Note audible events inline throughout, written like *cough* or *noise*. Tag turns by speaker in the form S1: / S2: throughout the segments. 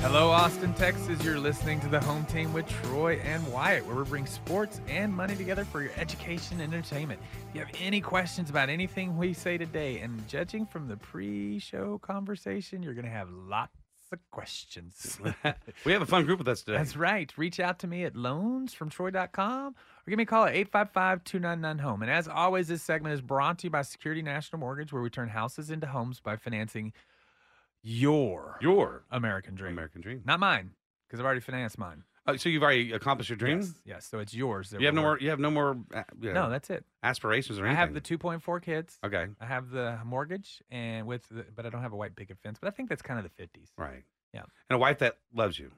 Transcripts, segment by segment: S1: Hello, Austin, Texas. You're listening to the Home Team with Troy and Wyatt, where we bring sports and money together for your education and entertainment. If you have any questions about anything we say today, and judging from the pre-show conversation, you're going to have lots of questions.
S2: we have a fun group with us today.
S1: That's right. Reach out to me at loansfromtroy.com or give me a call at 855 299 Home. E. And as always, this segment is brought to you by Security National Mortgage, where we turn houses into homes by financing your,
S2: Your
S1: American dream.
S2: American dream.
S1: Not mine, because I've already financed mine.
S2: Uh, so you've already accomplished your dream.
S1: Yes, yes. So it's yours. that
S2: You have
S1: we're
S2: no more.
S1: working-
S2: You have no more. Uh, you know,
S1: No, that's it.
S2: aspirations or
S1: I
S2: anything.
S1: have the 2.4 kids.
S2: Okay.
S1: I have the mortgage, and with, the, but I don't have a white picket fence. But I think that's kind of the 50s.
S2: Right.
S1: Yeah.
S2: And a wife that loves you.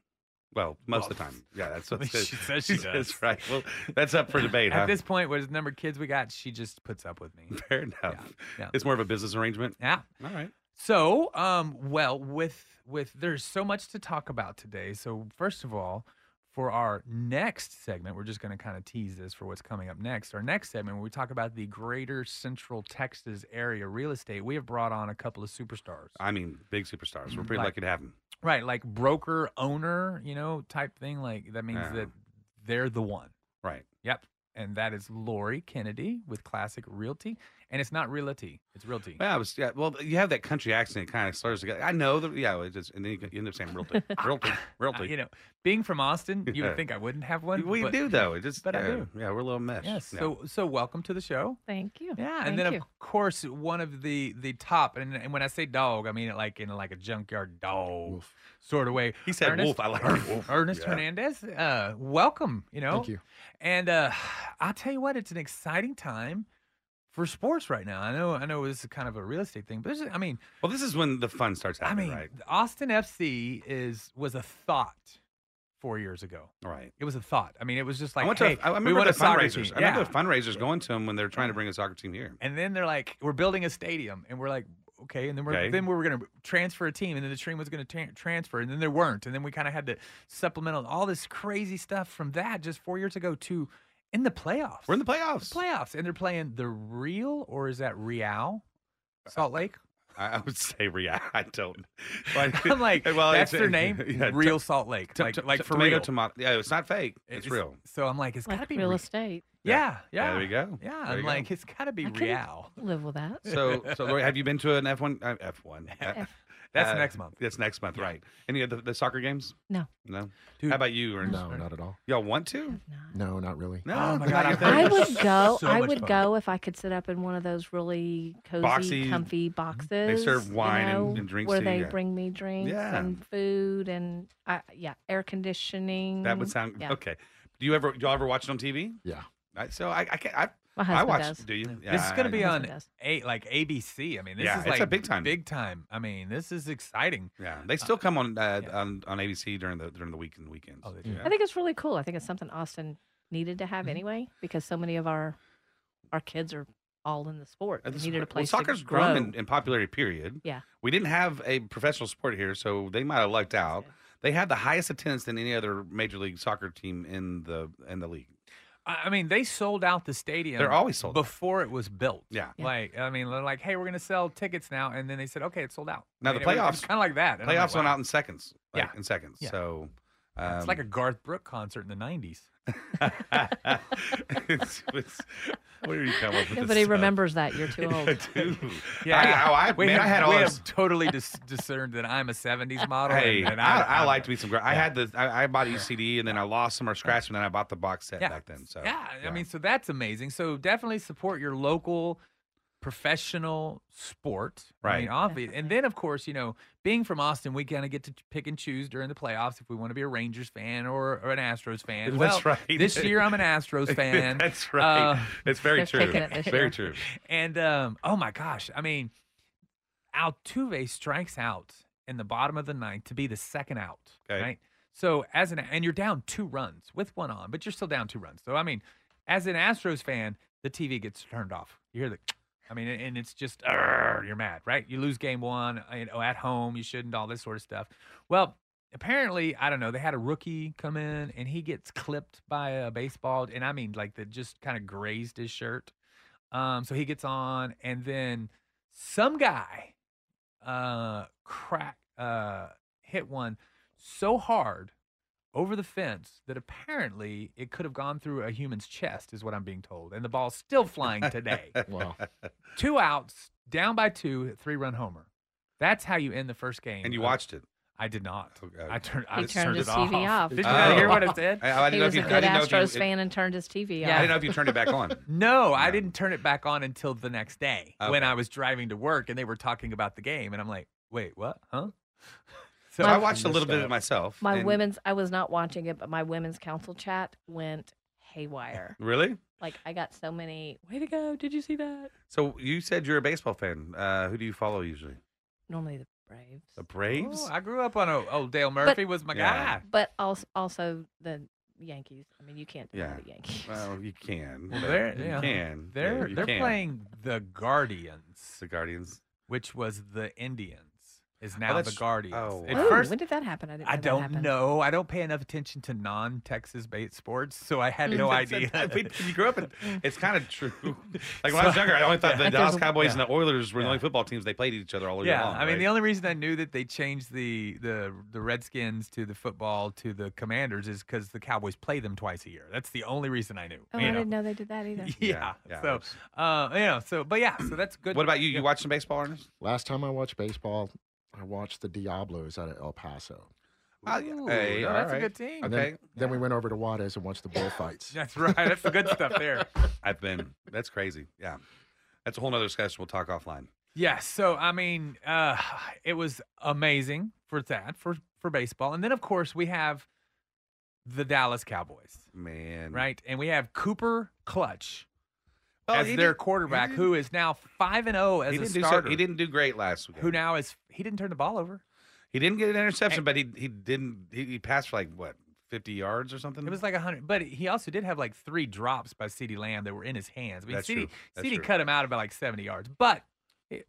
S2: Well, most of the time.
S1: *laughs*
S2: Yeah, that's what
S1: She
S2: it-
S1: says
S2: *laughs*
S1: she does.
S2: Right. Well, that's up for
S1: *laughs*
S2: debate.
S1: At
S2: huh?
S1: this point, with the number of kids we got, she just puts up with me.
S2: *laughs* Fair enough.
S1: yeah.
S2: It's more of a business arrangement.
S1: yeah.
S2: All right.
S1: So, um, well, with with there's so much to talk about today. So, first of all, for our next segment, we're just going to kind of tease this for what's coming up next. Our next segment, where we talk about the Greater Central Texas area real estate, we have brought on a couple of superstars,
S2: I mean, big superstars. We're pretty
S1: Like-
S2: lucky to have them.
S1: right? Like broker owner, you know, type thing. Like that means
S2: Yeah.
S1: that they're the one.
S2: Right.
S1: Yep. And that is Lori Kennedy with Classic Realty, and it's not realty, it's realty.
S2: Yeah, I was. Yeah. Well, you have that country accent. It kind of slurs together. I know. The, yeah. It just, and then you end up saying realty, realty,
S1: *laughs* Uh,
S2: realty.
S1: you know, being from Austin, you
S2: *laughs* Yeah.
S1: would think I wouldn't have one.
S2: we
S1: but-
S2: do though. It just.
S1: but I
S2: yeah,
S1: do.
S2: Yeah, we're a little mesh.
S1: Yes.
S2: Yeah.
S1: So so welcome to the show.
S3: Thank you.
S1: Yeah,
S3: Thank
S1: and then
S3: you.
S1: of course one of the the top, and, and when I say dog, I mean it like in like a junkyard dog sort of way.
S2: he said
S1: Ernest-
S2: wolf. I like wolf.
S1: Ernest
S2: Yeah.
S1: Hernandez, uh, welcome. You know,
S4: Thank you.
S1: And uh, *sighs* I'll tell you what, it's an exciting time for sports right now. I know, I know, this is kind of a real estate thing, but this is, I mean,
S2: Well, this is when the fun starts
S1: I
S2: happening.
S1: mean,
S2: right.
S1: Austin FC is was a thought four years ago.
S2: Right.
S1: It was a thought. I mean, it was just like,
S2: I went
S1: hey,
S2: to. I- I
S1: we
S2: remember
S1: want
S2: the
S1: a soccer team.
S2: fundraisers. I remember
S1: Yeah.
S2: the fundraisers going to them when they're trying to bring a soccer team here.
S1: and then they're like, we're building a stadium, and we're like, okay, and then we're
S2: Okay.
S1: then we were gonna transfer a team, and then the team was gonna tran- transfer, and then there weren't, and then we kind of had to supplement on all this crazy stuff from that just four years ago to in the playoffs.
S2: We're in the playoffs.
S1: playoffs, and they're playing the real, or is that Real?
S2: Uh,
S1: Salt
S2: *laughs*
S1: Lake. *laughs*
S2: I, I would say real. I don't.
S1: I'm
S2: *laughs*
S1: like, that's
S2: it's- uh,
S1: their name,
S2: yeah,
S1: Real
S2: to-
S1: Salt Lake,
S2: to-
S1: like,
S2: to-
S1: like
S2: to-
S1: for
S2: tomato,
S1: real.
S2: Tomato, yeah, it's not fake. It's,
S1: *laughs*
S2: real.
S1: So I'm like, it's gotta
S3: Like
S1: be
S3: real
S1: real.
S3: estate.
S1: Yeah, yeah.
S2: Yeah, there you go.
S1: Yeah,
S2: There
S1: I'm
S2: you go.
S1: like, it's gotta be
S3: I couldn't
S1: Real.
S3: Live with that.
S2: So, so Lori, have you been to an F one? Uh, F
S1: *laughs*
S2: one.
S1: That's next month.
S2: That's next month, right? Any of the, the soccer games?
S3: No.
S2: No.
S1: Dude.
S2: How about you? Ernest?
S4: No, not at all.
S2: Y'all want to?
S4: No, not really.
S2: No.
S1: Oh my God,
S2: not your
S1: I'm-
S2: thing?
S3: I would
S1: *laughs*
S3: go.
S2: *laughs*
S1: So
S3: I
S1: much
S3: would
S1: fun.
S3: go if I could sit up in one of those really cozy,
S2: Boxy-
S3: comfy boxes.
S2: serve
S3: you
S2: wine and-
S3: know,
S2: and drinks
S3: where
S2: to you,
S3: they
S2: yeah.
S3: bring me drinks
S2: Yeah.
S3: and food and I, yeah, air conditioning.
S2: That would sound
S3: Mm-hmm. yeah.
S2: okay. Do you ever? Do y'all ever watch it on TV?
S4: Yeah.
S2: I, so I, I can't. I,
S3: My
S2: I
S3: husband
S2: watch.
S3: does.
S2: Do you?
S1: this is
S2: Yeah,
S1: going to
S2: I-
S1: be
S3: My
S1: on
S3: husband does.
S1: a like ABC. I mean, this
S2: Yeah,
S1: is
S2: it's a
S1: like
S2: big time.
S1: Big time. I mean, this is exciting.
S2: Yeah, they still come on uh,
S1: yeah.
S2: on on ABC during the during the week and weekends.
S1: Oh, they do.
S2: Yeah.
S3: I think it's really cool. I think it's something Austin needed to have
S2: Mm-hmm.
S1: Mhm.
S3: anyway because so many of our our kids are all in the sport.
S2: Uh,
S3: We
S2: this-
S3: needed a
S2: well,
S3: place.
S2: soccer's
S3: to grow.
S2: grown in, in popularity. Period.
S3: Yeah.
S2: We didn't have a professional sport here, so they might have lucked out. They had the highest attendance than any other major league soccer team in the in the league.
S1: I I mean, they sold out the stadium.
S2: They're always sold out.
S1: before it was built.
S2: Yeah.
S3: Yeah.
S1: Like, I mean, they're like, hey, we're going to sell tickets now, and then they said, okay, it's sold out.
S2: Now
S1: I
S2: the
S1: mean, it was-
S2: playoffs-
S1: kind of like that. And I'm like,
S2: Playoffs went
S1: wow.
S2: out in um, seconds. Like,
S1: Yeah.
S2: in seconds.
S1: Yeah.
S2: So
S1: it's like a Garth Brooke concert in the '90s.
S2: a.
S1: *laughs*
S2: *laughs* it's, it's, where are you coming up with
S3: Nobody
S2: this stuff?
S3: remembers that. You're too
S1: *laughs*
S2: *laughs*
S3: old.
S2: Dude. *laughs* I, oh, I,
S1: we
S2: man,
S1: have,
S2: I had
S1: we
S2: all
S1: have
S2: this.
S1: totally dis- discerned that I'm a '70s model.
S2: Hey,
S1: and, and
S2: I, I,
S1: I'm-
S2: like to be some. Gra- I had the. I, I bought each CD and then I lost some or scratched them and then I bought the box set back then. So
S1: yeah, I
S2: *laughs*
S1: mean, so that's amazing. So definitely support your local professional sport. I mean,
S2: Right.
S1: obvious. And then, of course, you know, being from Austin, we kind of get to ch- pick and choose during the playoffs if we want to be a Rangers fan or, or an Astros fan.
S2: That's
S1: well,
S2: right.
S1: This year
S2: *laughs*
S1: I'm an Astros fan.
S2: That's right.
S1: Uh,
S2: it's very
S3: They're
S2: true.
S3: taking it this
S2: very
S3: year.
S2: true.
S1: And um, oh my gosh, I mean, Altuve strikes out in the bottom of the ninth to be the second out,
S2: Okay.
S1: right? So as an and you're down two runs with one on, but you're still down two runs. So I mean, as an Astros fan, the TV gets turned off. You hear the, I mean, and it's just "Arr," you're mad, right? You lose game one, uh, you know, at home. You shouldn't all this sort of stuff. Well. Apparently, I don't know. They had a rookie come in and he gets clipped by a baseball, and I mean, like, that just kind of grazed his shirt. Um, so he gets on, and then some guy uh crack uh hit one so hard over the fence that apparently it could have gone through a human's chest, is what I'm being told. And the ball's still flying today.
S5: Wow.
S1: two outs, down by two, three run homer. That's how you end the first game.
S2: And you
S1: of-
S2: watched it.
S1: I did not.
S2: Okay.
S1: I turned. I
S3: He
S1: just
S3: turned
S1: turned,
S3: his
S1: it off.
S3: TV off.
S1: Did you not hear what I
S3: Oh.
S1: said?
S2: *laughs* I, I didn't
S3: He
S2: know
S3: was
S2: if
S3: a
S2: you. I
S3: good
S2: didn't know if you.
S3: Astros
S2: it-
S3: fan and turned his TV
S2: I
S3: off.
S2: didn't know if you turned it back
S1: *laughs*
S2: on.
S1: No, I
S2: No.
S1: didn't turn it back on until the next day when
S2: Okay.
S1: I was driving to work and they were talking about the game. And I'm like, wait, what? Huh? *laughs* So
S2: So
S3: My-
S2: I watched a little bit of it myself.
S3: My
S2: and-
S3: women's I was not watching it, but my women's council chat went haywire.
S1: *laughs*
S2: Really?
S3: like I got so many way to go. Did you see that?
S2: So you said you're a baseball fan. Uh, who do you follow usually?
S3: Normally the Braves.
S2: The Braves.
S1: Oh, I grew up on a, oh, Dale Murphy was my
S2: Yeah.
S1: guy.
S3: But also also the Yankees. I mean you can't deny
S2: Yeah.
S3: the Yankees.
S2: Well, you can.
S1: Well,
S2: but
S1: they're-
S2: you
S1: yeah.
S2: can. Yeah,
S1: They're
S2: you
S1: they're
S2: can.
S1: playing the Guardians,
S2: the Guardians.
S1: which was the Indians, is now the
S2: that's-
S1: Guardians.
S2: oh,
S1: At
S2: wow.
S3: *laughs* Ooh,
S1: first,
S3: when did that happen? I, didn't know
S1: I
S3: that
S1: don't
S3: happened.
S1: know. I don't pay enough attention to non-Texas based sports, so I
S3: Mm.
S1: had
S2: *laughs*
S1: no idea. *laughs*
S2: I mean, you grew up in. It's kind of true. Like when I was younger, I only thought the
S3: There's
S2: Dallas
S3: a-
S2: Cowboys and
S1: yeah.
S2: the Oilers were the
S1: Yeah.
S2: only football teams they played each other all year
S1: yeah,
S2: long.
S1: I mean
S2: right?
S1: the only reason I knew that they changed the the the Redskins to the football to the Commanders is because the Cowboys play them twice a year. That's the only reason I knew.
S3: Oh,
S1: you
S3: I
S1: know? *laughs*
S3: didn't know they did that either.
S1: Yeah.
S2: yeah,
S1: so,
S2: it's-
S1: uh, you know, so but yeah, so that's good.
S2: What about you? You
S1: Yeah.
S2: watch some baseball, Ernest?
S5: Last time I watched baseball, I watched the Diablos out of El Paso.
S2: Oh,
S1: Ooh,
S2: hey,
S1: no,
S2: all
S1: that's a
S2: right.
S1: good team.
S5: And then,
S2: Okay.
S5: then we went over to Juarez and watched the bullfights.
S1: *laughs* That's right. That's the good stuff there.
S2: *laughs* I've been. That's crazy. Yeah, that's a whole nother discussion. We'll talk offline.
S1: Yeah, so I mean, uh, it was amazing for that for for baseball, and then of course we have the Dallas Cowboys,
S2: Man,
S1: right? And we have Cooper Clutch
S2: Well, Oh, he
S1: as their
S2: did- he
S1: quarterback,
S2: did-
S1: who is now five and zero as
S2: he
S1: a
S2: didn't do so,
S1: starter.
S2: he didn't do great last week.
S1: who now is he didn't turn the ball over.
S2: He didn't get an interception, but he he didn't. He, he passed for like what fifty yards or something.
S1: It was like a hundred, but he also did have like three drops by Ceedee Lamb that were in his hands. I mean,
S2: That's
S1: Ceedee,
S2: true. That's
S1: Ceedee
S2: true.
S1: cut him out about like seventy yards. But I,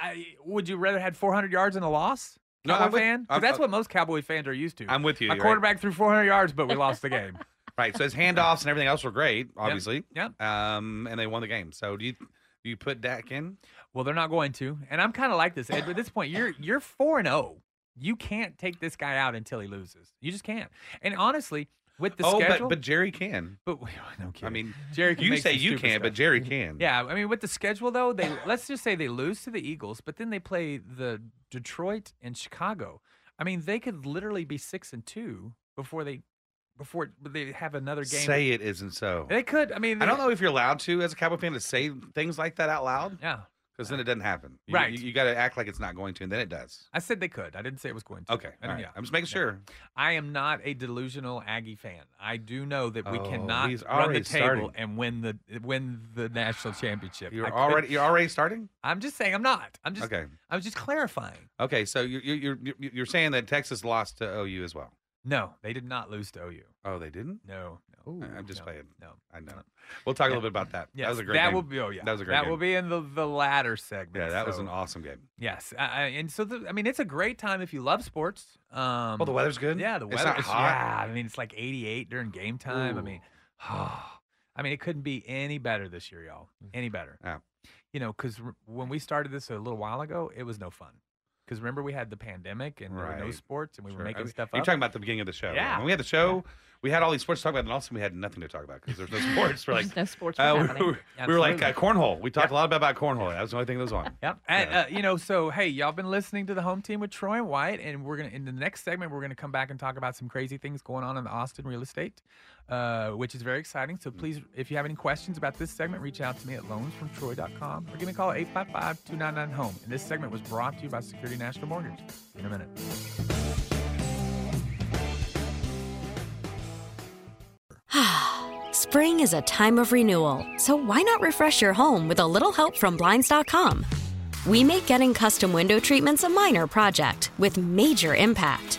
S1: I, would you rather had four hundred yards and a loss?
S2: No,
S1: Cowboy
S2: I'm with-
S1: fan, 'Cause
S2: I'm-
S1: that's
S2: I'm-
S1: what most Cowboy fans are used to.
S2: I'm with you.
S1: My
S2: you're right.
S1: quarterback threw 400 yards, but we lost the
S2: *laughs*
S1: game. *laughs*
S2: Right. So his handoffs and everything else were great, obviously.
S1: Yep.
S2: Um, and they won the game. So do you do you put Dak in?
S1: Well, they're not going to, and I'm kind of like this. Ed, at this point, you're you're four and zero. You can't take this guy out until he loses. You just can't. And honestly, with the
S2: oh,
S1: schedule,
S2: but but Jerry can.
S1: but, no kidding. *laughs*
S2: I mean,
S1: Jerry can
S2: you
S1: make
S2: say
S1: some
S2: you
S1: stupid
S2: can,
S1: stuff.
S2: but Jerry can.
S1: *laughs* Yeah, I mean, with the schedule though, they let's just say they lose to the Eagles, but then they play the Detroit and Chicago. I mean, they could literally be six and two before they before they have another game.
S2: Say it isn't so.
S1: They could. I mean,
S2: I don't
S1: they-
S2: know if you're allowed to, as a Cowboy fan, to say things like that out loud.
S1: Yeah,
S2: Because then it doesn't happen. You-
S1: Right.
S2: You, got to act like it's not going to, and then it does.
S1: I said they could. I didn't say it was going to.
S2: Okay.
S1: I
S2: all
S1: don't-
S2: right.
S1: yeah.
S2: I'm just making
S1: Yeah.
S2: sure.
S1: I am not a delusional Aggie fan. I do know that we
S2: Oh,
S1: cannot
S2: he's
S1: run the
S2: already
S1: table
S2: starting.
S1: and win the win the national championship. I
S2: You're
S1: could-
S2: already you're already starting.
S1: I'm just saying I'm not. I'm just.
S2: okay.
S1: I was just clarifying.
S2: Okay. So you're you're you're you're saying that Texas lost to OU as well.
S1: No, they did not lose to OU.
S2: Oh, they didn't.
S1: No, no.
S2: I- I'm just
S1: no,
S2: playing.
S1: No.
S2: I know. We'll talk
S1: Yeah.
S2: a little bit about that.
S1: Yes,
S2: that was a great.
S1: That
S2: game.
S1: will be. Oh yeah.
S2: That was a great.
S1: That
S2: game.
S1: will be in the the latter segment.
S2: Yeah, that was
S1: so-
S2: an awesome game.
S1: Yes, I, I- and so the, I mean, it's a great time if you love sports. Um,
S2: Well, Oh, the weather's good.
S1: Yeah, the
S2: It's
S1: weather.
S2: not
S1: is-
S2: hot.
S1: Yeah, I mean, it's like 88 during game time. I mean, *sighs* I mean, it couldn't be any better this year, y'all.
S2: Mm.
S1: Any better.
S2: Yeah.
S1: You know, because when we started this a little while ago, it was no fun. Because remember, we had the pandemic and there were no
S2: Right.
S1: sports, and we were
S2: Sure. I
S1: making
S2: mean,
S1: stuff up.
S2: You're talking about the beginning of the show.
S1: Yeah.
S2: When we had the show, we had all these sports to talk about, and also we had nothing to talk about because
S1: *laughs*
S2: there's no sports. We're like,
S3: There's no sports
S2: uh, we-
S3: happening.
S2: we, we were like uh,
S1: Absolutely.
S2: cornhole. We talked a lot about, about cornhole. That was the only thing that was on.
S1: Yep. And,
S2: Yeah.
S1: uh, you know, so hey, y'all been listening to the home team with Troy and White, and we're gonna in the next segment we're gonna come back and talk about some crazy things going on in the Austin real estate, uh, which is very exciting. So please, if you have any questions about this segment, reach out to me at loansfromtroy.com or give me a call at 855-299-HOME. And this segment was brought to you by Security National Mortgage. In a minute.
S6: Spring is a time of renewal, so why not refresh your home with a little help from Blinds.com? We make getting custom window treatments a minor project with major impact.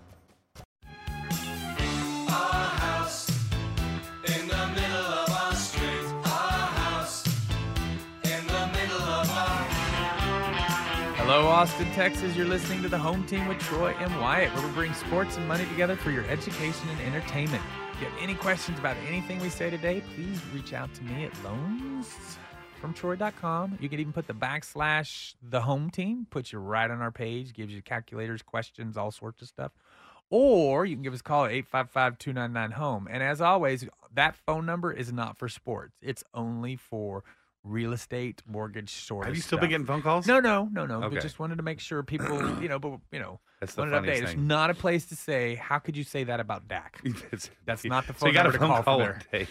S1: Hello, Austin, Texas. You're listening to the Home Team with Troy and Wyatt, where we bring sports and money together for your education and entertainment. If you have any questions about anything we say today, please reach out to me at loansfromtroy.com. You can even put the backslash the home team, puts you right on our page, gives you calculators, questions, all sorts of stuff. Or you can give us a call at 855 299 home. E. And as always, that phone number is not for sports, it's only for real estate, mortgage, sort
S2: Have
S1: of
S2: you still been
S1: stuff.
S2: getting phone calls?
S1: No, Oh, no, no, no. But
S2: Okay.
S1: just wanted to make sure
S2: *clears throat*
S1: people, you know, but you know,
S2: That's the
S1: wanted to update.
S2: funniest
S1: It's
S2: thing.
S1: not a place to say, "How could you say that about Dak?"
S2: *laughs* *laughs* It's-
S1: That's not the
S2: so
S1: phone
S2: you got
S1: number to
S2: a phone
S1: call from
S2: one day.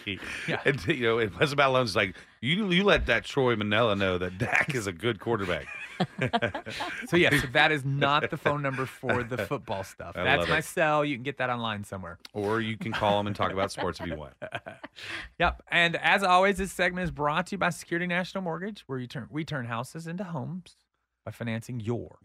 S1: Yeah.
S2: *laughs* And, you know, it was about loans. Like you, you let that Troy Manella know that Dak is a good quarterback.
S1: So yes, that is not the phone
S2: *laughs*
S1: number for the football stuff.
S2: I
S1: That's
S2: love
S1: my
S2: it.
S1: cell. You can get that online somewhere.
S2: or you can call him and talk about sports if you want.
S1: Yep. And as always, this segment is brought to you by Security National Mortgage, where you turn we turn houses into homes by financing your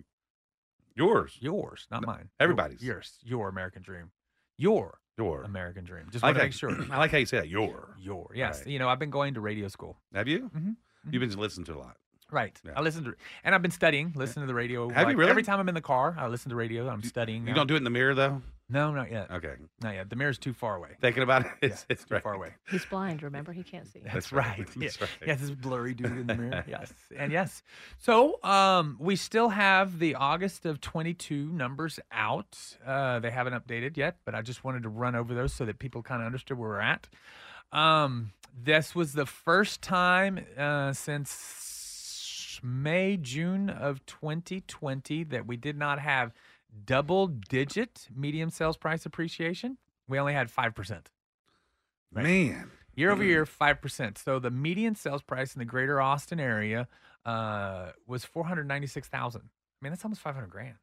S2: Yours,
S1: yours, not mine.
S2: everybody's.
S1: yours, your American dream, your
S2: your.
S1: American dream. Just
S2: I
S1: want
S2: like,
S1: to
S2: how,
S1: make sure.
S2: *clears throat* I like how you say that. Your.
S1: Your yes,
S2: Right.
S1: you know I've been going to radio school.
S2: Have you?
S1: Mhm,
S2: You've been listening to a lot.
S1: Right.
S2: Yeah.
S1: I listen to, and I've been studying, listen to the radio.
S2: Have you really?
S1: Every time I'm in the car, I listen to radio. I'm studying.
S2: You
S1: now.
S2: don't do it in the mirror though.
S1: No, not yet.
S2: Okay.
S1: Not yet. The mirror's too far away.
S2: Thinking about it,
S1: Yeah,
S2: it's, it's
S1: too far away.
S3: He's blind, remember? He can't
S1: *laughs*
S3: see.
S1: That's,
S2: right.
S1: right. Yeah.
S2: That's right.
S1: Yes, this blurry dude in the mirror. yes. And yes. So um, we still have the August of 22 numbers out. Uh, they haven't updated yet, but I just wanted to run over those so that people kind of understood where we're at. Um, this was the first time uh, since May, June of 2020 that we did not have double digit medium sales price appreciation. We only had 5%.
S2: Man,
S1: year over year, five percent. So the median sales price in the greater Austin area uh, was four hundred ninety six thousand. I mean, that's almost five hundred grand.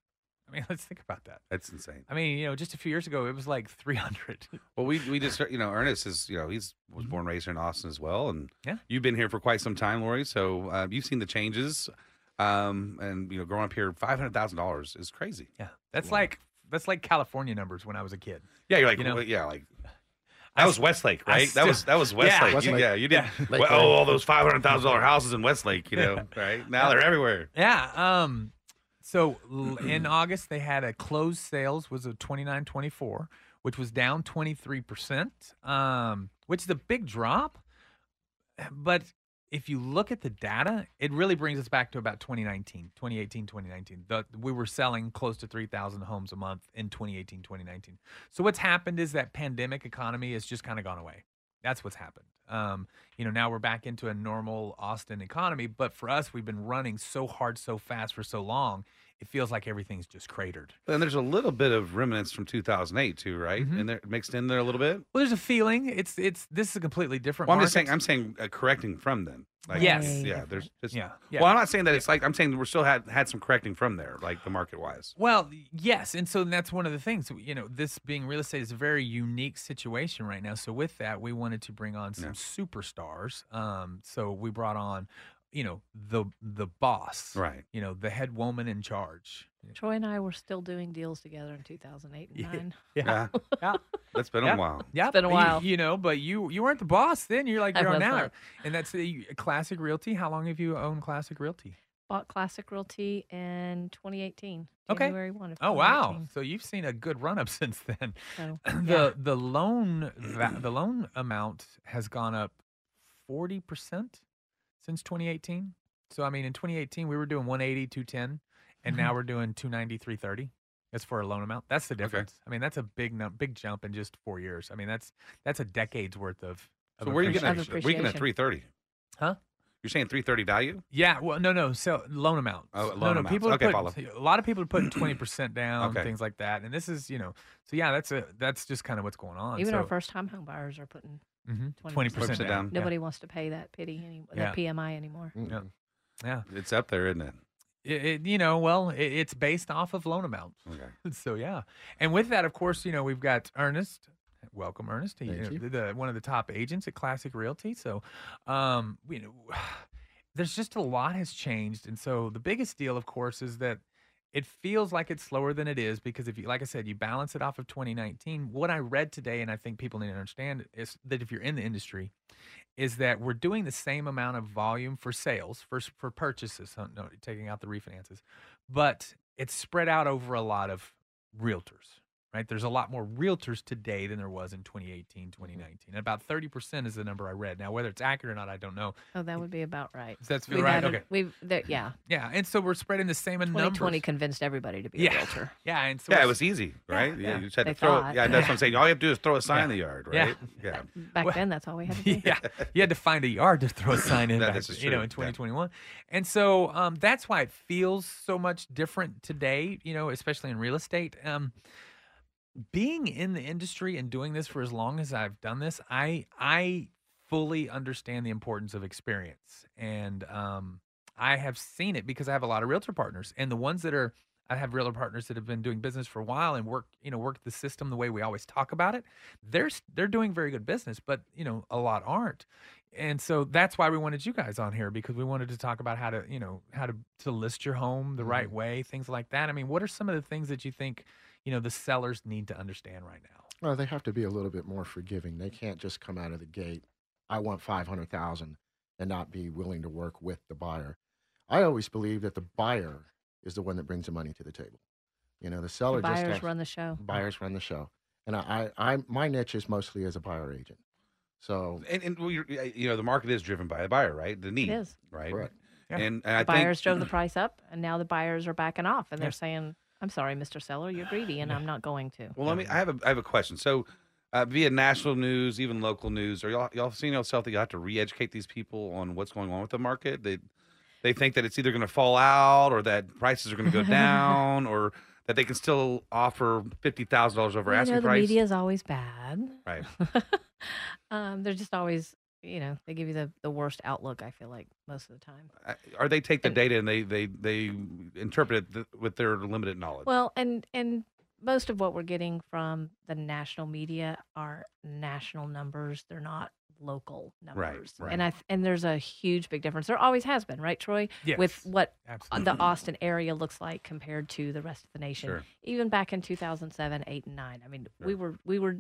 S1: I mean, *laughs* let's think about that.
S2: That's insane.
S1: I mean, you know, just a few years ago, it was like three hundred. *laughs*
S2: Well, we we just heard- you know Ernest is you know he's was born and raised here in Austin as well, and
S1: Yeah.
S2: you've been here for quite some time, Lori. So uh, you've seen the changes, um, and you know growing up here, five hundred thousand dollars is crazy.
S1: Yeah, that's like that's like California numbers when I was a kid.
S2: Yeah, you're like
S1: You know?
S2: well, yeah, like that
S1: I
S2: was
S1: s-
S2: Westlake,
S1: I
S2: right? that was
S1: still-
S2: that was
S1: Yeah.
S2: Westlake. You-
S5: Westlake.
S2: *laughs* yeah, you *laughs* didn't.
S5: Lake
S2: well,
S5: Lane.
S2: oh, all those five hundred thousand dollar houses in Westlake, *laughs* you know, right now they're everywhere.
S1: Yeah. Um. So l- in *clears throat* August they had a closed sales was a twenty nine twenty four, which was down twenty three percent. Um, which is a big drop. But if you look at the data, it really brings us back to about 2019, 2018, 2019. The, we were selling close to 3,000 homes a month in 2018, 2019. So what's happened is that pandemic economy has just kind of gone away. That's what's happened. Um, you know, now we're back into a normal Austin economy, but for us, we've been running so hard, so fast for so long, it feels like everything's just cratered.
S2: And there's a little bit of remnants from 2008 too, right?
S1: Mhm.
S2: And they're mixed in there a little bit.
S1: Well, there's a feeling. It's it's this is a completely different.
S2: Well, I'm just
S1: market.
S2: saying, I'm saying uh, correcting from then. Like,
S1: Yes.
S2: it's-
S3: Way
S2: Yeah. There's. It's,
S1: Yeah, yeah.
S2: Well, I'm not saying that it's like I'm saying we're still had had some correcting from there, like the market wise.
S1: Well, yes, and so that's one of the things. You know, this being real estate is a very unique situation right now. So with that, we wanted to bring on some
S2: Yeah.
S1: superstars. Um, so we brought on, you know, the the boss,
S2: Right.
S1: You know, the head woman in charge.
S3: Troy and I were still doing deals together in 2008 and
S1: Yeah.
S3: 9.
S2: Yeah.
S1: Yeah,
S2: That's been
S1: Yeah.
S2: a while.
S1: yeah.
S3: been a
S1: but you-
S3: while.
S1: you, know. But you you weren't the boss then. You're like
S3: I
S1: you are
S3: was
S1: now,
S3: not.
S1: and that's the classic realty. How long have you owned classic realty?
S3: Bought Classic Realty in 2018.
S1: Okay.
S3: January 1 of
S1: Oh wow!
S3: 2018.
S1: So you've seen a good run up *laughs* since then. *clears throat*
S3: So, yeah.
S1: the the loan va- the loan amount has gone up 40% since 2018 so i mean in 2018 we were doing 180 210 and
S3: Mm-hmm.
S1: now we're doing 290 330 that's for a loan amount that's the difference i mean that's a big num- big jump in just four years i mean that's that's a decade's worth of, of
S2: So where are you getting?
S3: Of
S2: At,
S1: appreciation.
S2: where you getting at
S3: appreciation.
S2: 330?
S1: huh
S2: You're saying 330 value?
S1: yeah, well, no, no. So loan amount.
S2: Oh,
S1: no,
S2: loan
S1: no.
S2: amounts.
S1: People are
S2: Okay,
S1: putting, a lot of people are putting
S2: *clears throat*
S1: twenty percent down,
S2: Okay.
S1: things like that. And this is, you know, so yeah, that's a that's just kind of what's going on.
S3: Even
S1: so,
S3: our first time home buyers are putting
S1: mhm,
S3: 20%.
S1: 20%
S2: Puts it
S1: down.
S2: down.
S1: Yeah.
S3: Nobody wants to pay that pity any,
S1: Yeah.
S3: that PMI anymore.
S5: Mm-mm.
S1: Mm, Yeah. Yeah,
S2: It's up there, isn't it?
S1: it, it, you know, well, it, it's based off of loan amount.
S2: Okay.
S1: *laughs* So yeah, and with that, of course, you know, we've got Ernest. Welcome, Ernest. He,
S5: Thank
S1: uh,
S5: you.
S1: The, the- one of the top agents at Classic Realty. So, um, you know, *sighs* there's just a lot has changed, and so the biggest deal, of course, is that it feels like it's slower than it is because if you, like I said, you balance it off of 2019. What I read today, and I think people need to understand, is that if you're in the industry, is that we're doing the same amount of volume for sales for s- for purchases, huh, no, taking out the refinances, but it's spread out over a lot of realtors. Right, there's a lot more realtors today than there was in 2018, 2019. And about 30% is the number I read. Now, whether it's accurate or not, I don't know.
S3: Oh, that would be about right.
S1: That's
S3: We've
S1: right.
S3: added-
S1: Okay.
S3: We've, there, yeah.
S1: Yeah, and so we're spreading the same in
S3: 2020
S1: numbers.
S3: convinced everybody to be a
S1: yeah,
S3: realtor.
S1: *laughs* yeah, and so
S2: Yeah,
S1: we're
S2: it was easy,
S1: Yeah,
S2: right?
S1: yeah.
S2: You just had to
S3: They
S2: throw.
S3: thought.
S2: Yeah, that's what I'm saying. All you have to do is throw a sign in the yard,
S1: Yeah.
S2: right? Yeah.
S3: Back
S1: Well-
S3: then, that's all we had to do.
S1: *laughs* yeah, you had to find a yard to throw a sign in.
S2: That-
S1: back,
S2: this is
S1: you know,
S2: true,
S1: in
S2: yeah.
S1: 2021, and so um, that's why it feels so much different today. You know, especially in real estate. Um, being in the industry and doing this for as long as I've done this, I I fully understand the importance of experience, and um, I have seen it because I have a lot of realtor partners, and the ones that are I have realtor partners that have been doing business for a while and work, you know, work the system the way we always talk about it. They're s- they're doing very good business, but you know, a lot aren't. And so that's why we wanted you guys on here because we wanted to talk about how to, you know, how to to list your home the
S3: Mm-hmm.
S1: right way, things like that. I mean, what are some of the things that you think, you know, the sellers need to understand right now?
S5: Well, they have to be a little bit more forgiving. They can't just come out of the gate. I want five hundred thousand, and not be willing to work with the buyer. I always believe that the buyer is the one that brings the money to the table. You know, the seller
S3: The
S5: just
S3: buyers
S5: has,
S3: run the show.
S5: buyers run the show, and I, I, I, my niche is mostly as a buyer agent. So
S2: And, and we, you know, the market is driven by the buyer, right? The need,
S3: is.
S2: right?
S5: Correct.
S1: Yeah.
S2: And, and I
S3: The
S2: think
S3: buyers
S1: *clears throat*
S3: drove the price up, and now the buyers are backing off, and
S1: Yeah.
S3: they're saying, "I'm sorry, Mr. Seller, you're greedy, and I'm not going to."
S2: Well, let me. I have a. I have a question. So, uh, via national news, even local news, are y'all y'all seeing yourself that you have to re-educate these people on what's going on with the
S3: *laughs*
S2: market? They they think that it's either going to fall out or that prices are going to go down or that they can still offer fifty thousand dollars over
S3: Well, you
S2: asking
S3: know, the
S2: price.
S3: media is always bad. *laughs*
S2: Right.
S3: um, they're just always, you know, they give you the, the worst outlook, I feel like, most of the time.
S2: Uh, Or they take the
S3: And-
S2: data and they they they interpret it th- with their limited knowledge.
S3: Well, and and most of what we're getting from the national media are national numbers. They're not local numbers.
S2: right.
S3: And I th- and there's a huge big difference. There always has been, right, Troy? With
S1: Yes,
S3: what
S1: *clears throat*
S3: uh,
S1: absolutely.
S3: the Austin area looks like compared to the rest of the nation.
S2: Sure.
S3: Even back in 2007, 8 and 9. I mean, we
S2: Sure.
S3: were we were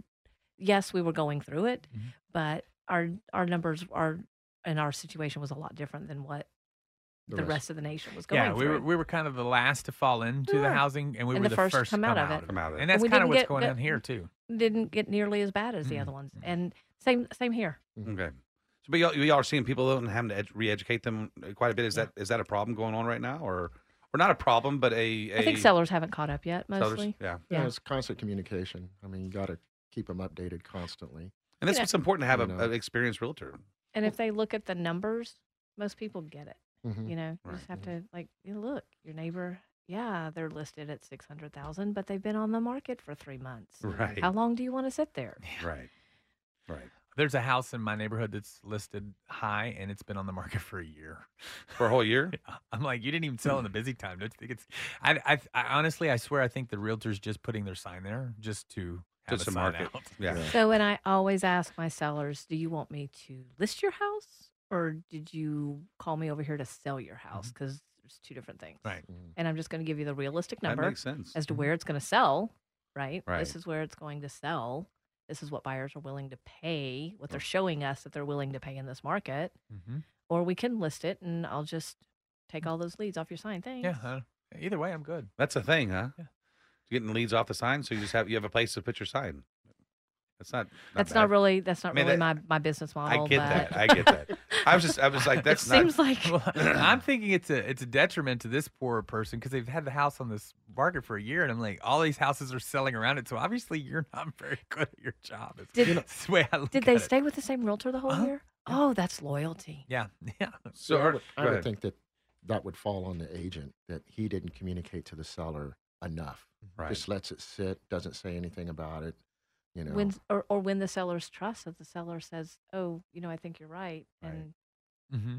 S3: yes, we were going through it,
S1: Mhm.
S3: but our our numbers are and our situation was a lot different than what the, rest. of the nation was going
S1: yeah, we
S3: through.
S1: were we were kind of the last to fall into
S3: We
S1: the
S3: were.
S1: housing, and we
S3: And
S1: were the
S3: the first
S1: first,
S3: to
S1: to
S3: come out of it.
S2: Come out of it.
S1: and that's
S3: we
S1: kind
S3: didn't
S1: of what's
S3: get-
S1: going
S3: get-
S1: on here too.
S3: didn't get nearly as bad as the
S2: Mm-hmm.
S3: other ones. And same same here.
S2: Okay. So, but y'all, y'all are seeing people though and having to ed- re-educate them quite a bit. Is that is that a problem going on right now, or or not a problem, but a, a
S3: I think sellers haven't caught up yet,
S2: sellers-
S3: mostly.
S2: Yeah,
S5: Yeah.
S3: Yeah.
S5: it's constant communication. I mean, you got to keep them updated constantly.
S2: and that's
S3: Yeah.
S2: what's important to have
S5: I
S2: a,
S5: know.
S2: an experienced realtor.
S3: And if they look at the numbers, most people get it. You know, you
S2: Mm-hmm. Right.
S3: just have to like you look your neighbor. Yeah, they're listed at six hundred thousand, but they've been on the market for three months.
S2: Right.
S3: How long do you want to sit there?
S2: Right. Right.
S1: There's a house in my neighborhood that's listed high, and it's been on the market for a year.
S2: For a whole year.
S1: I'm like, you didn't even
S2: *laughs*
S1: sell in the busy time. Don't you think it's? I, I, I honestly, I swear, I think the realtor's just putting their sign there just to have
S2: Just
S1: a
S2: to
S1: sign
S2: market.
S1: out.
S2: Yeah.
S5: Yeah.
S3: So, and I always ask my sellers, do you want me to list your house, or did you call me over here to sell your house?
S2: Mm-hmm.
S3: Because there's two different things.
S1: Right.
S3: And I'm just going to give you the realistic
S2: That
S3: number.
S2: makes sense.
S3: as to where it's going to sell, right?
S2: Mm-hmm. Right.
S3: This is where it's going to sell. This is what buyers are willing to pay, what they're showing us that they're willing to pay in this market.
S1: Mm-hmm.
S3: Or we can list it and I'll just
S2: Mm-hmm.
S3: take all those leads off your sign. Thanks.
S1: Yeah. uh, either way, I'm good. *laughs*
S2: That's a thing, huh?
S1: Yeah.
S2: Getting leads off the sign, so you just have you have a place to put your sign. That's not. not
S3: that's
S2: bad.
S3: not really that's not
S2: mean,
S3: really
S2: that-
S3: my, my business model.
S2: I get
S3: but
S2: that. I get
S3: *laughs*
S2: that. I was just. I was like, that's
S3: it
S2: not.
S3: seems like
S1: Well,
S2: *clears throat*
S1: I'm thinking it's a it's a detriment to this poor person because they've had the house on this market for a year, and I'm like, all these houses are selling around it, so obviously you're not *laughs* very good at your job. It's, *laughs*
S3: Did-
S1: it's the way I look
S3: did they
S1: at it.
S3: stay with the same realtor the whole
S1: Uh-huh.
S3: year? Oh, that's loyalty.
S1: Yeah, *laughs* yeah.
S2: so.
S5: I
S2: are-
S5: would,
S2: go
S5: I would
S2: ahead.
S5: think that that would fall on the agent that he didn't communicate to the seller enough.
S2: Right.
S5: Just lets it sit, doesn't say anything about it. You know,
S3: When or, or when the seller's trust that the seller says, Oh, you know, I think you're right.
S2: Right.
S3: And
S1: Mm-hmm.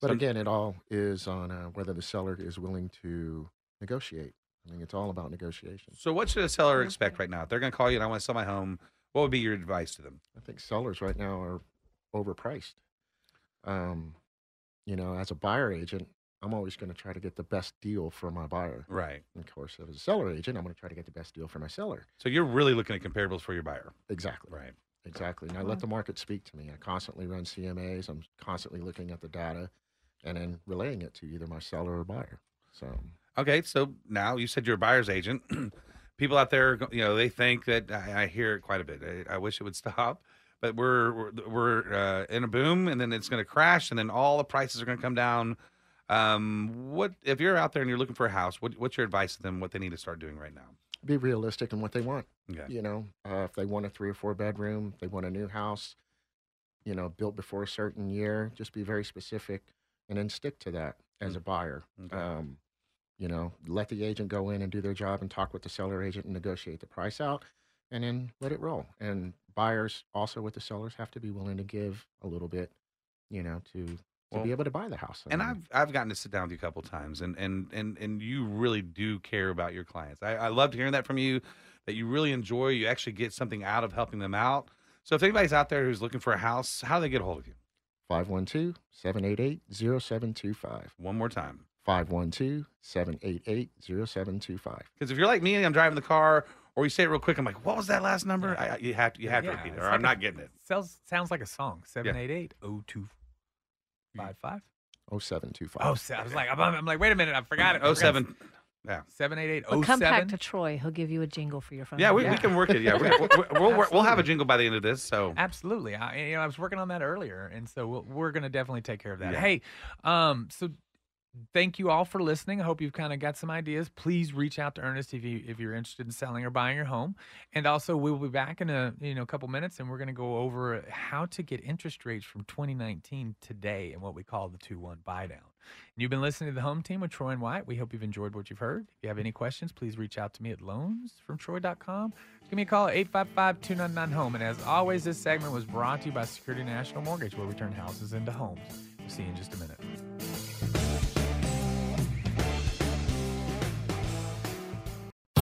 S5: but
S2: some-
S5: again, it all is on uh, whether the seller is willing to negotiate. I mean, it's all about negotiation.
S2: So, what should a seller
S3: Okay.
S2: expect right now? If they're going to call you and I want to sell my home, what would be your advice to them?
S5: I think sellers right now are overpriced. Um, you know, as a buyer agent, I'm always going to try to get the best deal for my buyer.
S2: Right.
S5: And of course, as a seller agent, I'm going to try to get the best deal for my seller.
S2: So you're really looking at comparables for your buyer.
S5: Exactly.
S2: Right.
S5: Exactly. And I let the market speak to me. I constantly run CMAs. I'm constantly looking at the data and then relaying it to either my seller or buyer. So,
S2: Okay. So now you said you're a buyer's agent. *clears throat* People out there, you know, they think that I, I hear it quite a bit. I, I wish it would *laughs* stop, but we're we're, we're uh, in a boom, and then it's going to crash, and then all the prices are going to come down. Um, what if you're out there and you're looking for a house? What, what's your advice to them? What they need to start doing right now?
S5: be realistic in what they want.
S2: Okay.
S5: You know, uh, if they want a three or four bedroom, if they want a new house, you know, built before a certain year, just be very specific and then stick to that as a buyer.
S2: Mm. Okay.
S5: Um, you know, let the agent go in and do their job and talk with the seller agent and negotiate the price out and then let it roll. And buyers also with the sellers have to be willing to give a little bit, you know, to to
S2: Well,
S5: be able to buy the house. I
S2: and
S5: mean,
S2: I've I've gotten to sit down with you a couple times, and and and and you really do care about your clients. I, I loved hearing that from you, that you really enjoy. You actually get something out of helping them out. So if anybody's out there who's looking for a house, how do they get a hold of you?
S5: 512 788 0725.
S2: One more time,
S5: 512 788 0725.
S2: because if you're like me and I'm driving the car, or you say it real quick, I'm like, what was that last number? I, I- you have to you have
S1: Yeah,
S2: to repeat it,
S1: it's
S2: or
S1: like
S2: I'm
S1: a-
S2: not getting it.
S1: Sounds sounds like a song. Seven eight eight oh two five five.
S5: 0725.
S1: Oh, se- I was like, I'm, I'm like, wait a minute, I *laughs* forgot it.
S2: Oh seven. Yeah.
S1: Seven eight eight
S3: but
S1: oh
S3: come back to
S1: seven.
S3: Troy, he'll give you a jingle for your phone.
S2: Yeah, we, we
S3: number.
S2: can work it. Yeah, we, we, we'll we'll- we'll have a jingle by the end of this. So
S1: Absolutely. I, you know, I was working on that earlier, and so we'll, we're going to definitely take care of that.
S2: Yeah.
S1: Hey, um, so thank you all for listening. I hope you've kind of got some ideas. Please reach out to Ernest if you if you're interested in selling or buying your home. And also, we will be back in a you know couple minutes, and we're going to go over how to get interest rates from 2019 today and what we call the two one buy down. And you've been listening to the Home Team with Troy and White. We hope you've enjoyed what you've heard. If you have any questions, please reach out to me at loansfromtroy.com. Give me a call at 855 299 Home. E. And as always, this segment was brought to you by Security National Mortgage, where we turn houses into homes. We'll see you in just a minute.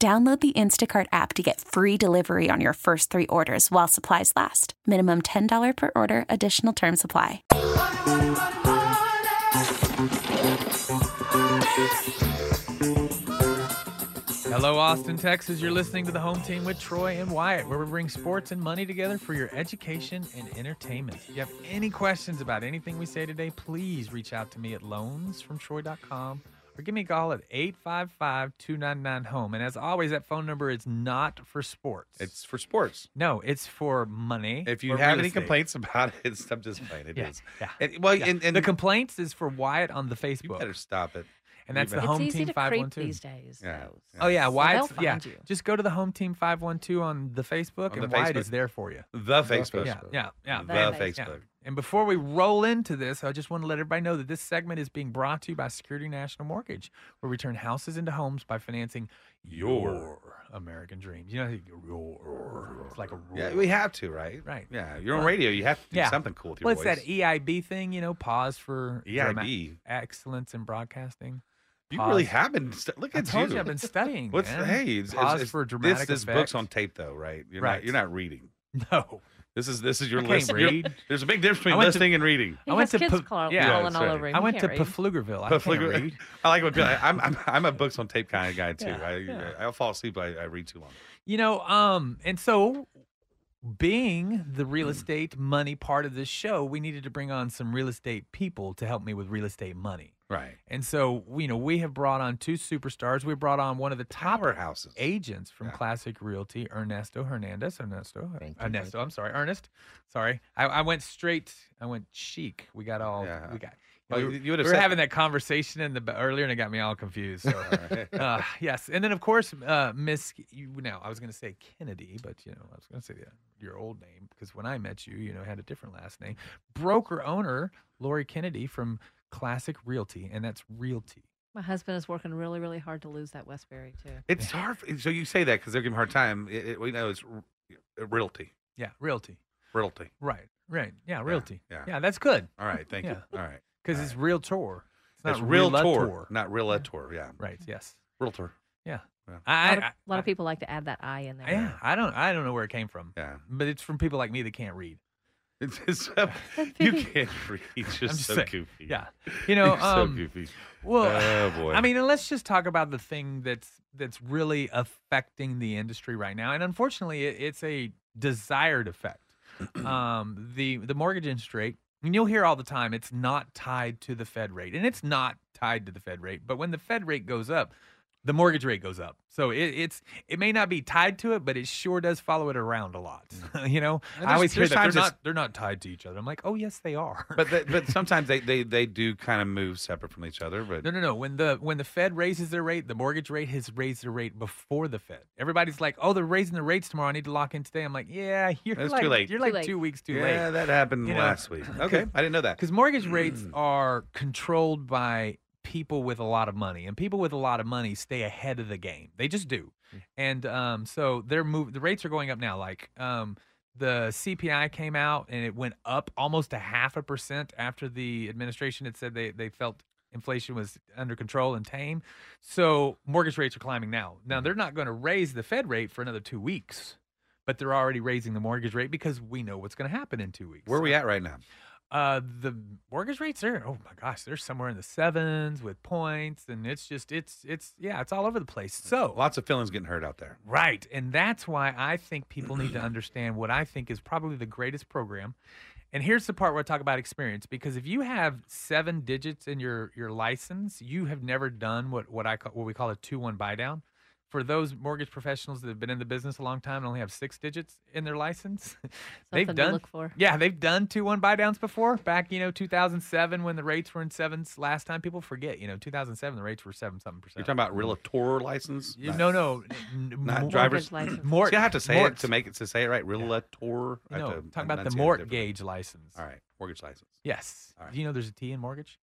S7: Download the Instacart app to get free delivery on your first three orders while supplies last. Minimum $10 per order, additional term supply.
S1: Hello, Austin, Texas. You're listening to the Home Team with Troy and Wyatt, where we bring sports and money together for your education and entertainment. If you have any questions about anything we say today, please reach out to me at loansfromtroy.com or give me a call at 855 299 Home. E. And as always, that phone number is not for sports.
S2: It's for sports.
S1: no, it's for money.
S2: If you
S1: or
S2: have
S1: real
S2: any
S1: estate.
S2: complaints about it, stop just playing. It is.
S1: Yeah, yeah.
S2: And, well,
S1: Yeah.
S2: and, and
S1: the complaints is for Wyatt on the
S2: you
S1: Facebook,
S2: better stop it.
S1: and that's
S2: you
S1: the
S2: better-
S3: it's
S1: home
S3: easy
S1: team
S3: to
S1: five one
S3: creep
S1: two.
S3: these days. Uh,
S2: Yeah,
S3: so-
S2: yeah.
S1: Oh yeah,
S3: So
S1: Wyatt.
S3: they'll
S1: yeah,
S3: find you.
S1: just go to the home team five one two on the Facebook, and
S2: On the
S1: Wyatt
S2: Facebook?
S1: is there for you.
S2: The Facebook.
S1: Yeah, yeah, yeah.
S2: The
S3: That makes-
S2: Facebook.
S1: And before we roll into this, I just want to let everybody know that this segment is being brought to you by Security National Mortgage, where we turn houses into homes by financing your American dream. You know, your, it's like a roar.
S2: Yeah. we have to, right?
S1: Right.
S2: Yeah, you're on radio. You have to do
S1: Yeah.
S2: something cool with your
S1: What's
S2: voice. E
S1: that EIB thing? You know, pause for drama-
S2: EIB?
S1: excellence in broadcasting.
S2: You really
S1: Pause.
S2: have been. St- look
S1: I
S2: at
S1: told
S2: you.
S1: you I've been studying.
S2: What's
S1: man.
S2: hey? It's,
S1: pause
S2: it's,
S1: for
S2: it's-
S1: dramatic
S2: This, this
S1: effect. *laughs*
S2: book's on tape though, right? You're
S1: Right.
S2: Not, you're not reading.
S1: No,
S2: This is this is your
S1: I can't
S2: listening. You're-
S1: read.
S2: There's a big difference
S1: I
S2: between
S1: went to-
S2: listening and reading.
S3: He
S1: I went to
S3: has kids
S1: Paf-
S3: call,
S1: yeah,
S3: calling all
S2: sorry.
S3: over him.
S1: I
S3: He
S1: went to
S3: can't read.
S1: Pflugerville. I
S2: But
S1: can't
S2: *laughs* like-
S1: read.
S2: I like what I'm, I'm. I'm a books on tape kind of guy too.
S1: Yeah,
S2: I,
S1: yeah.
S2: I'll fall asleep. I, I read too long.
S1: You know, um, and so being the real estate money part of this show, we needed to bring on some real estate people to help me with real estate money.
S2: Right.
S1: And so, you know, we have brought on two superstars. We brought on one of the top
S2: Powerhouses.
S1: agents from
S2: Yeah.
S1: Classic Realty, Ernesto Hernandez. Ernesto, uh,
S5: Thank you,
S1: Ernesto. I'm sorry, Ernest. Sorry, I, I went straight. I went chic. We got all.
S2: Yeah.
S1: We got.
S2: Well,
S1: we,
S2: you-
S1: were-
S2: you would've
S1: we were
S2: said-
S1: having that conversation in the b- earlier, and it got me all confused. So, *laughs* uh, yes, and then of course, uh, Miss. You now I was going to say Kennedy, but you know I was going to say the, your old name because when I met you, you know had a different last name. Broker owner Lori Kennedy from Classic Realty, and that's Realty.
S3: My husband is working really, really hard to lose that Westbury too.
S2: It's hard. f- So you say that because they're giving a hard time. It, it, we know it's r- uh, realty.
S1: Yeah, Realty.
S2: Realty.
S1: Right. Right. Yeah. Realty.
S2: yeah.
S1: yeah that's good.
S2: All right. Thank you. All right.
S1: Because
S2: All
S1: it's
S2: right.
S1: real tour. It's not
S2: it's real
S1: realtor.
S2: tour, not realtor. Yeah.
S1: Right. Yes.
S2: Realtor.
S1: Yeah.
S2: Yeah.
S3: A
S1: I,
S3: lot, of,
S1: I-
S3: lot of
S1: I-
S3: people like to add that I in there.
S1: Yeah. I don't. I don't know where it came from.
S2: Yeah. *laughs*
S1: But it's from people like me that can't read.
S2: It's,
S1: *laughs*
S2: it's you can't read. It's just,
S1: just
S2: so
S1: saying.
S2: goofy.
S1: Yeah. You know.
S2: *laughs* You're
S1: um,
S2: so goofy.
S1: Well,
S2: Oh, boy.
S1: I mean, and let's just talk about the thing that's that's really affecting the industry right now, and unfortunately, it, it's a desired
S2: *clears throat*
S1: effect. um, the the mortgage interest rate, and you'll hear all the time, it's not tied to the Fed rate, and it's not tied to the Fed rate. But when the Fed rate goes up, the mortgage rate goes up. So it, it's it may not be tied to it, but it sure does follow it around a lot. *laughs* you know,
S2: And
S1: I
S2: there's-
S1: always hear
S2: there's
S1: that they're
S2: times it's-
S1: not they're not tied to each other. I'm like, oh yes, they are.
S2: *laughs* but they, but sometimes they, they they do kind of move separate from each other. But
S1: No, no, no. When the when the Fed raises their rate, the mortgage rate has raised their rate before the Fed. Everybody's like, "Oh, they're raising the rates tomorrow. I need to lock in today." I'm like, "Yeah, *laughs* you're
S2: That's
S1: like
S2: too late.
S1: you're
S3: Too
S1: like
S3: late.
S1: two weeks too
S2: yeah,
S1: late."
S2: that happened
S1: You know,
S2: Mm,
S1: *laughs*
S2: last week. Okay, I didn't know that. Mm.
S1: Because mortgage rates are controlled by people with a lot of money, and people with a lot of money stay ahead of the game. They just do,
S2: Mm.
S1: and um, so they're move. The rates are going up now. Like um, the CPI came out, and it went up almost a half a percent after the administration had said they they felt inflation was under control and tame. So mortgage rates are climbing now. Now
S2: Mm.
S1: they're not going to raise the Fed rate for another two weeks. But they're already raising the mortgage rate because we know what's going to happen in two weeks.
S2: Where are we at right now?
S1: Uh, the mortgage rates are oh my gosh, they're somewhere in the sevens with points, and it's just it's it's yeah, it's all over the place. So
S2: Lots of feelings getting hurt out there.
S1: Right. And that's why I think people need to understand what I think is probably the greatest program. And here's the part where I talk about experience because if you have seven digits in your your license, you have never done what what I call what we call a two one buy down. For those mortgage professionals that have been in the business a long time and only have six digits in their license, *laughs*
S3: Something
S1: they've
S3: to
S1: done
S3: look for.
S1: yeah, they've done two one buy downs before. Back, you know, 2007 when the rates were in sevens last time. People forget, you know, 2007 the rates were seven something percent.
S2: You're talking about realtor license?
S1: You- Mm-hmm. No, no, n- n-
S2: Not
S1: mor-
S2: driver's
S3: Mortgage
S1: *clears throat*
S3: license.
S1: Mort-
S2: See, I have to say it
S1: mort-
S2: to make it to say it right. Realtor. I have
S1: No,
S2: to
S1: talking about the
S2: enunciate it
S1: mortgage license.
S2: differently. All right, mortgage license. *laughs*
S1: Yes.
S2: All right.
S1: Do you know there's a T in mortgage?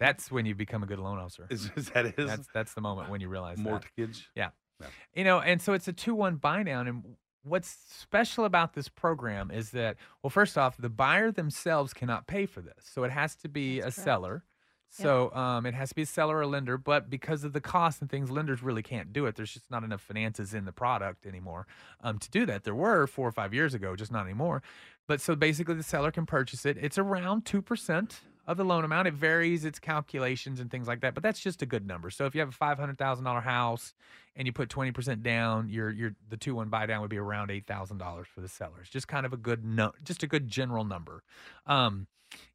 S1: That's when you become a good loan officer.
S2: Is, is that it?
S1: That's that's the moment when you realize that.
S2: mortgage?
S1: Yeah.
S2: Yeah.
S1: You know, and so it's a two one buy down. And what's special about this program is that, well, first off, the buyer themselves cannot pay for this. So it has to be
S3: That's
S1: a
S3: correct.
S1: seller. So um, it has to be a seller or a lender, but because of the cost and things, lenders really can't do it. There's just not enough finances in the product anymore um, to do that. There were four or five years ago, just not anymore. But so basically, the seller can purchase it. It's around two percent of the loan amount. It varies its calculations and things like that, but that's just a good number. So if you have a five hundred thousand dollar house and you put twenty percent down, your your the two one buy down would be around eight thousand dollars for the seller. It's just kind of a good no, just a good general number. Um,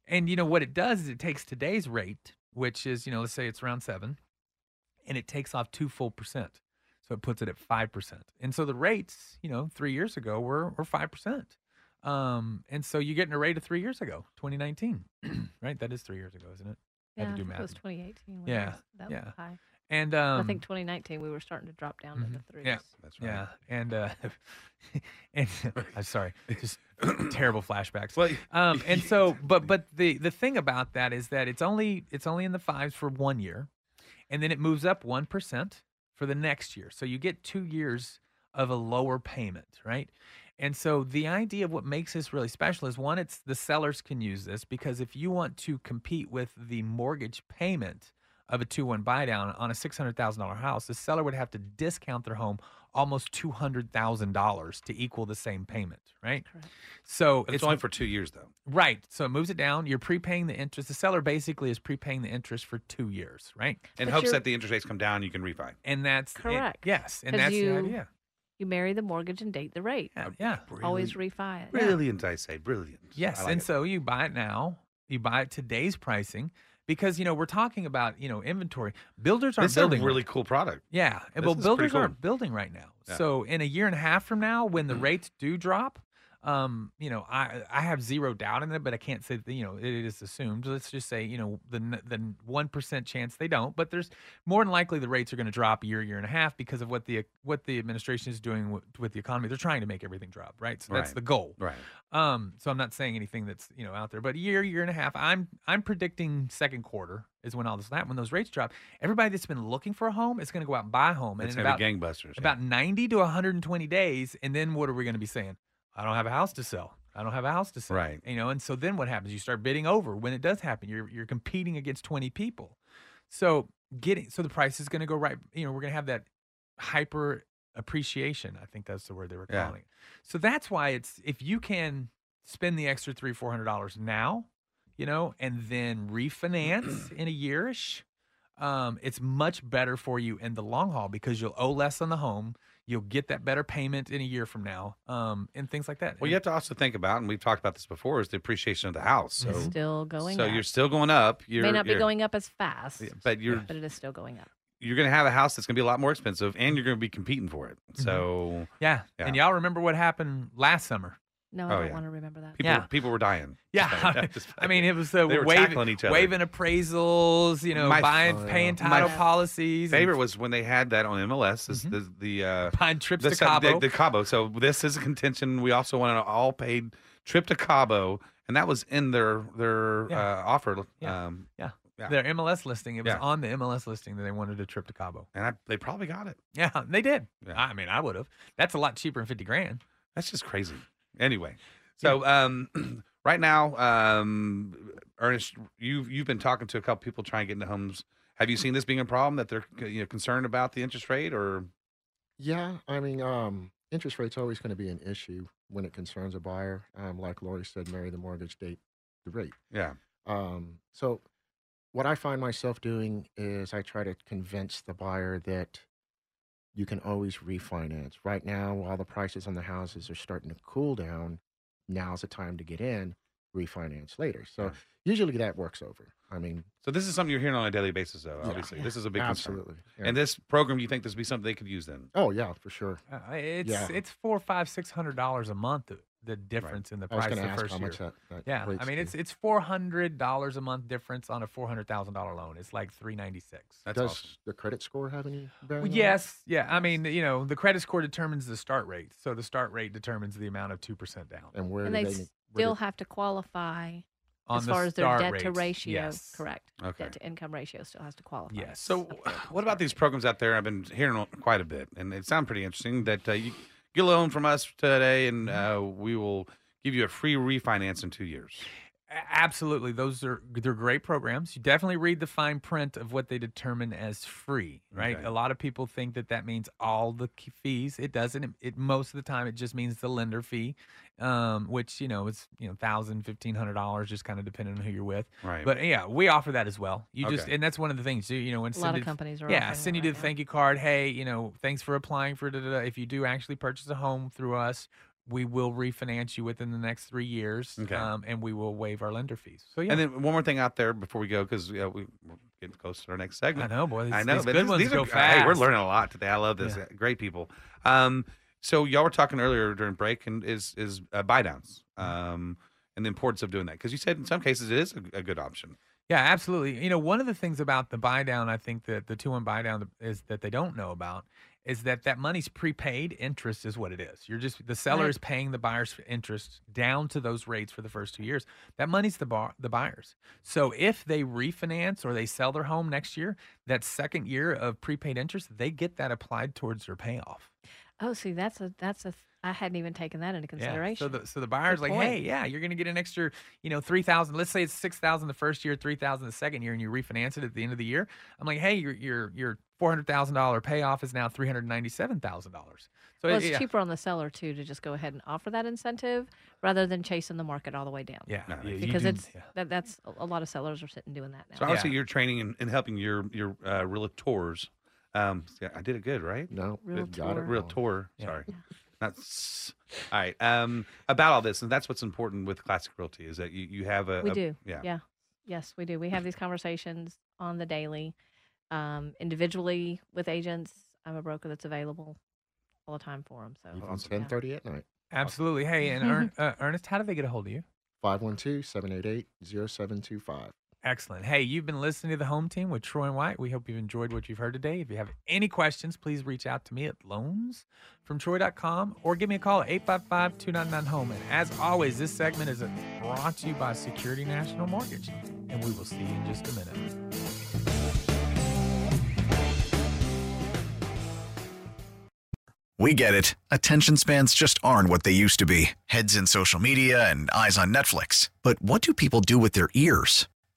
S1: and you know what it does is it takes today's rate, which is you know let's say it's around seven, and it takes off two full percent. So it puts it at five percent. And so the rates, you know, three years ago were were five percent. Um, and so you're getting a rate of three years ago, 2019, *clears throat* right? That is three years ago, isn't it? I
S3: Yeah,
S1: had to do
S3: I think
S1: math.
S3: It was 2018. when
S1: Yeah,
S3: it was that
S1: yeah.
S3: high.
S1: And um, mm-hmm.
S3: I think 2019 we were starting to drop down to the threes.
S1: Yeah.
S2: That's right.
S1: yeah, and uh, *laughs*
S2: *laughs*
S1: and I'm sorry,
S2: *clears throat*
S1: just terrible flashbacks.
S2: Well, *laughs*
S1: um, and so, but but the the thing about that is that it's only it's only in the fives for one year, and then it moves up one percent for the next year. So you get two years of a lower payment, right? And so the idea of what makes this really special is one, it's the sellers can use this because if you want to compete with the mortgage payment of a two one buy down on a six hundred thousand dollar house, the seller would have to discount their home almost two hundred thousand dollars to equal the same payment, right? So
S2: But it's, only for two years though.
S1: right. So it moves it down. You're prepaying the interest. The seller basically is prepaying the interest for two years, right?
S2: In
S3: But
S2: hopes
S3: you're-
S2: that the interest rates come down, you can refi.
S1: And that's it-
S3: Correct.
S1: yes, and
S3: 'Cause
S1: that's
S3: you-
S1: the idea.
S3: You marry the mortgage and date the rate.
S1: Yeah, yeah.
S3: Always refi it.
S2: Brilliant, I say, brilliant.
S1: Yes,
S2: I like
S1: and
S2: it.
S1: so you buy it now. You buy it today's pricing because you know we're talking about you know inventory. Builders aren't
S2: this is a
S1: building
S2: really
S1: right-
S2: cool product.
S1: Yeah, and
S2: This
S1: well,
S2: is pretty
S1: builders
S2: cool.
S1: aren't building right now.
S2: Yeah. Mm-hmm.
S1: So in a year and a half from now, when the rates do drop, um, you know, I I have zero doubt in it, but I can't say that, you know it is assumed. Let's just say you know the n- the one percent chance they don't, but there's more than likely the rates are going to drop a year, year and a half because of what the what the administration is doing with, with the economy. They're trying to make everything drop, right? So that's
S2: Right.
S1: the goal.
S2: Right.
S1: Um, so I'm not saying anything that's you know out there, but a year, year and a half. I'm I'm predicting second quarter is when all this that when those rates drop. Everybody that's been looking for a home is going to go out and buy a home, and
S2: It's
S1: in
S2: gonna
S1: about
S2: be gangbusters. yeah.
S1: about 90 to 120 days, and then what are we going to be saying? I don't have a house to sell. I don't have a house to sell.
S2: Right.
S1: You know, and so then what happens? You start bidding over. When it does happen, you're you're competing against 20 people. So getting so the price is going to go right. You know, we're going to have that hyper appreciation. I think that's the word they were
S2: Yeah.
S1: calling it. So that's why it's if you can spend the extra three four hundred dollars now, you know, and then
S2: *clears throat*
S1: refinance in a yearish, um, it's much better for you in the long haul because you'll owe less on the home. You'll get that better payment in a year from now, um, and things like that.
S2: Well,
S1: And-
S2: you have to also think about, and we've talked about this before, is the appreciation of the house. So,
S3: It's still going
S2: so
S3: up.
S2: you're still going up.
S3: It
S2: You're,
S3: may not be
S2: you're-
S3: going up as fast,
S2: Yeah, but you're
S3: but it is still going up.
S2: you're going to have a house that's going to be a lot more expensive, and you're going to be competing for it.
S1: Mm-hmm.
S2: So
S1: yeah.
S2: Yeah.
S1: and y'all remember what happened last summer?
S3: No,
S2: Oh,
S3: I don't
S2: yeah.
S3: want to remember that.
S2: people
S1: Yeah.
S2: people were dying.
S1: *laughs* Yeah,
S2: Just-
S1: I mean it was uh,
S2: They were
S1: wave-
S2: tackling each other.
S1: waving appraisals, you know,
S2: My-
S1: buying,
S2: Oh, yeah.
S1: paying
S2: My
S1: title
S3: f-
S1: policies. and
S2: favorite was when they had that on MLS. This, The the uh,
S1: *laughs* buying Mm-hmm. trips
S2: the,
S1: to Cabo.
S2: The, the Cabo. So this is a contention. We also want an all paid trip to Cabo, and that was in their their
S1: Yeah.
S2: uh, offer.
S1: Yeah.
S2: Um,
S1: Yeah.
S2: Yeah.
S1: Their MLS listing. It was
S2: Yeah.
S1: on the MLS listing that they wanted a trip to Cabo.
S2: and I, they probably got it.
S1: Yeah, they did.
S2: Yeah.
S1: I mean, I would have. That's a lot cheaper than 50 grand.
S2: That's just crazy. Anyway, so um, *clears throat* right now, um, Ernest, you've you've been talking to a couple people trying to get into homes. Have you seen this being a problem that they're you know concerned about the interest rate or
S5: Yeah, I mean, um, interest rate's always going to be an issue when it concerns a buyer. Um, like Lori said, marry the mortgage, date the rate.
S2: Yeah.
S5: Um, so, what I find myself doing is I try to convince the buyer that you can always refinance. Right now, while the prices on the houses are starting to cool down, now's the time to get in, refinance later. So,
S2: Yeah.
S5: usually that works over. I mean,
S2: So this is something you're hearing on a daily basis, though.
S5: Yeah.
S2: Obviously, this is a big concern.
S5: absolutely. yeah.
S2: And this program, you think this would be something they could use then?
S5: oh, yeah, for sure.
S1: Uh, it's
S5: Yeah.
S1: it's four, five, six hundred dollars a month. the- The difference in the
S5: I was
S1: price
S5: going
S1: the
S5: to ask
S1: first
S5: how
S1: year.
S5: much that, that
S1: yeah,
S5: equates
S1: I mean
S5: to.
S1: it's it's four hundred dollars a month difference on a four hundred thousand dollar loan. It's like three ninety six.
S2: That's
S5: Does
S2: awesome.
S5: the credit score have any? bearing on
S1: Well,
S5: that?
S1: yes, yeah. I mean, you know, the credit score determines the start rate, so the start rate determines the amount of two percent down
S5: And where
S3: and
S5: do
S3: they
S5: they
S3: still
S5: ne- where do-
S3: have to qualify
S1: on
S3: as
S1: the
S3: far as their
S1: start
S3: debt to
S1: rates.
S3: ratio.
S1: Yes.
S3: Correct.
S2: Okay.
S3: Debt to income ratio still has to qualify.
S1: Yes.
S2: So,
S3: up there with
S2: what
S3: the
S2: about
S3: start
S2: these
S3: rate.
S2: programs out there? I've been hearing o- quite a bit, and it sounds pretty interesting. That uh, you get a loan from us today, and
S5: Mm-hmm.
S2: uh, we will give you a free refinance in two years.
S1: A- Absolutely, those are they're great programs. You definitely read the fine print of what they determine as free, right?
S2: Okay.
S1: A lot of people think that that means all the k- fees. It doesn't. It, it most of the time it just means the lender fee, um, which you know is you know thousand, fifteen hundred dollars, just kind of depending on who you're with.
S2: Right.
S1: But yeah, we offer that as well. You just
S2: Okay.
S1: and that's one of the things too. You know, when
S3: A lot of
S1: Cindy-
S3: companies are
S1: yeah,
S3: offering
S1: send
S3: that
S1: you to
S3: right
S1: the
S3: now.
S1: thank you card. Hey, you know, thanks for applying for da da da. If you do actually purchase a home through us, we will refinance you within the next three years,
S2: Okay.
S1: um, and we will waive our lender fees. So yeah,
S2: And then one more thing out there before we go, because uh, we, we're getting close to our next
S1: I
S2: segment.
S1: know, boy, these,
S2: I know,
S1: these
S2: but
S1: good
S2: these-
S1: ones
S2: these
S1: go
S2: are,
S1: fast.
S2: Hey, we're learning a lot today. I love this.
S1: Yeah.
S2: Great people. Um, so y'all were talking earlier during break, and is is uh, buy downs,
S1: Mm-hmm.
S2: um, and the importance of doing that because you said in some cases it is a, a good option.
S1: Yeah, absolutely. You know, one of the things about the buy down, I think that the two one buy down is that they don't know about is that that money's prepaid interest is what it is. You're just the seller
S3: Right.
S1: is paying the buyer's interest down to those rates for the first two years. That money's the bar the buyers. So if they refinance or they sell their home next year, that second year of prepaid interest, they get that applied towards their payoff.
S3: Oh, see, that's a that's a. th- I hadn't even taken that into consideration.
S1: Yeah. So the so the buyer's like,
S3: point.
S1: hey, yeah, you're gonna get an extra, you know, three thousand. Let's say it's six thousand the first year, three thousand the second year, and you refinance it at the end of the year. I'm like, hey, your your your four hundred thousand dollar payoff is now three hundred ninety seven thousand dollars. So
S3: well,
S1: it-
S3: it's
S1: yeah.
S3: cheaper on the seller too to just go ahead and offer that incentive rather than chasing the market all the way down.
S1: Yeah,
S2: No,
S1: yeah, you
S3: because
S1: do-
S3: it's
S1: yeah.
S3: that that's a- a lot of sellers are sitting doing that now.
S2: So obviously you're training and, and helping your your uh, realtors. Um, yeah, I did it good, right?
S5: No,
S3: Real
S5: it got it
S3: tour.
S2: Real
S5: wrong.
S2: tour.
S1: Yeah.
S2: Sorry. Not s- all right. Um, about all this, and that's what's important with classic realty is that you, you have a
S3: we
S2: a-
S3: do.
S2: Yeah.
S3: Yeah. Yes, we do. We have these conversations on the daily, um, individually with agents. I'm a broker that's available all the time for them. So
S5: Even
S3: yeah.
S5: 1030 at night.
S1: absolutely. Hey, and Ern, uh, Ernest, how do they get a hold of you?
S5: 512-788-0725.
S1: Excellent. Hey, you've been listening to the Home Team with Troy and White. We hope you've enjoyed what you've heard today. If you have any questions, please reach out to me at loansfromtroy.com or give me a call at 855 299 Home. E. And as always, this segment is brought to you by Security National Mortgage. And we will see you in just a minute.
S8: We get it. Attention spans just aren't what they used to be heads in social media and eyes on Netflix. But what do people do with their ears?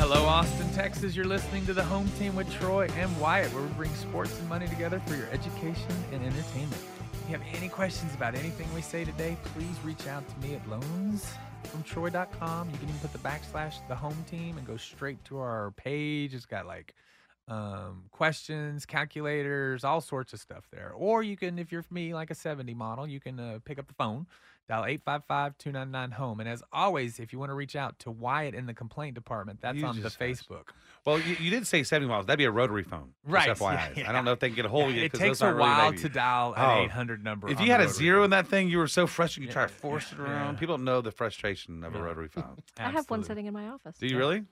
S1: Hello, Austin, Texas. You're listening to the Home Team with Troy and Wyatt, where we bring sports and money together for your education and entertainment. If you have any questions about anything we say today, please reach out to me at loansfromtroy.com. You can even put the backslash the home team and go straight to our page. It's got like um, questions, calculators, all sorts of stuff there. Or you can, if you're me, like a 70 model, you can uh, pick up the phone, dial 855 299 home. E. And as always, if you want to reach out to Wyatt in the complaint department, that's
S2: You
S1: on the
S2: just asked.
S1: Facebook.
S2: Well, you, you did say 70 miles. That'd be a rotary phone. just
S1: Right, *laughs* yeah,
S2: FYI. I
S1: yeah.
S2: don't know if they can get a hold of
S1: Yeah,
S2: you.
S1: It
S2: 'cause
S1: takes
S2: those
S1: a
S2: aren't really
S1: while
S2: made
S1: to
S2: you.
S1: dial an
S2: Oh.
S1: 800 number.
S2: If
S1: on
S2: you
S1: the
S2: had a
S1: rotary
S2: zero
S1: phone.
S2: in that thing, you were so frustrated. You try to
S1: Yeah,
S2: force it
S1: yeah.
S2: around. People don't know the frustration of
S1: Yeah. *laughs*
S2: a rotary phone.
S3: I have one
S1: Absolutely.
S3: sitting in my office.
S2: Do you
S3: Yeah.
S2: really?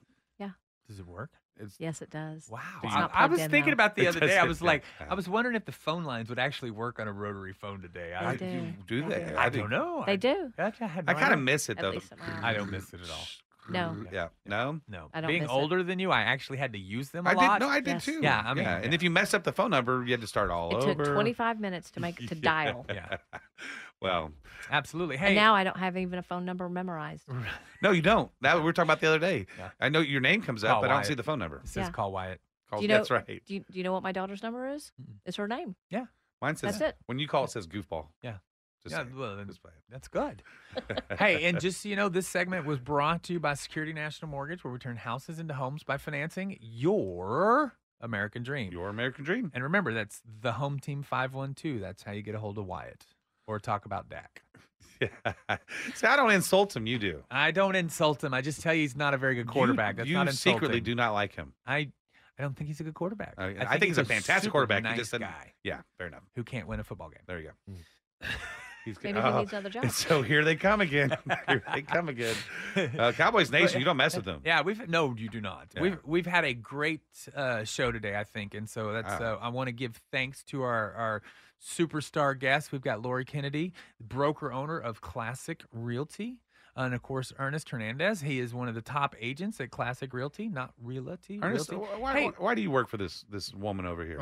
S1: Does it work?
S2: It's
S3: Yes, it does.
S1: Wow.
S3: It's
S1: I,
S3: not
S1: I
S3: plugged
S1: was
S3: in,
S1: thinking
S3: though.
S1: about the
S2: It
S1: other day. I
S2: doesn't,
S1: was
S2: yeah. *laughs*
S1: like,
S2: Yeah.
S1: I was wondering if the phone lines would actually work on a rotary phone today. I,
S3: They
S1: I,
S3: do.
S2: do
S3: They
S2: they?
S3: do.
S2: I
S1: I
S2: do.
S1: don't know.
S3: They
S1: I,
S3: do.
S1: I, had
S2: I
S1: no
S2: kind of
S1: idea.
S2: miss it
S3: At
S2: though.
S3: least it
S1: I don't miss it at all.
S3: No.
S2: Yeah. No.
S1: No.
S3: Oh. I don't
S1: Being
S3: miss it.
S1: older than you, I actually had to use them a
S2: I
S1: lot.
S2: did. No, I did
S3: Yes.
S2: too.
S1: Yeah, I mean,
S2: and
S1: yeah.
S2: if you messed up the phone number, you had to start all
S3: It
S2: over.
S3: took 25
S2: *laughs*
S3: minutes to make to dial.
S1: Yeah.
S2: Well,
S1: Absolutely. Hey.
S3: And now I don't have even a phone number memorized.
S2: Oh, no, you don't. That we were talking about the other day.
S1: Yeah.
S2: I know your name comes up,
S1: Oh,
S2: but I don't
S1: why-
S2: see the phone number.
S1: it says
S3: Yeah.
S1: call Wyatt.
S2: Call,
S3: Do you know-
S2: that's right. Mm.
S3: Do you, do you know what my daughter's number is? It's her name.
S2: Mine says
S3: That's it.
S2: when you call, it says goofball.
S1: Yeah.
S2: Just
S1: yeah,
S2: saying.
S1: well, then
S2: Just playing.
S1: that's
S2: *laughs*
S1: good. hey, and just so you know, this segment was brought to you by Security National Mortgage, where we turn houses into homes by financing your American dream.
S2: your American dream.
S1: And remember, that's the home team 512. That's how you get a hold of Wyatt or talk about Dak.
S2: *laughs* Yeah. See, I don't insult him. You do.
S1: I don't insult him. I just tell you he's not a very good quarterback.
S2: You,
S1: that's
S2: you
S1: not insulting.
S2: secretly do not like him.
S1: I, I don't think he's a good quarterback.
S2: I, I think, he's, a fantastic
S1: super
S2: quarterback.
S1: Nice
S2: he just doesn't-
S1: guy
S2: Yeah, fair enough.
S1: who can't win a football game.
S2: There you go. *laughs* He's good. Oh,
S3: Maybe he
S2: *laughs*
S3: needs another job.
S2: And so here they come again. *laughs* here they come again. *laughs* Uh, Cowboys Nation, you don't mess with them.
S1: Yeah, we've no, you do not.
S2: Yeah.
S1: We've we've had a great uh, show today, I think, and so that's uh,
S2: Ah.
S1: I want to give thanks to our our superstar guest. We've got Lori Kennedy, broker owner of Classic Realty. And of course, Ernest Hernandez. He is one of the top agents at Classic Realty, not Realty.
S2: Ernest, oh.
S1: *laughs* Realty.
S2: wh- why,
S1: Hey.
S2: why do you work for this this woman over here?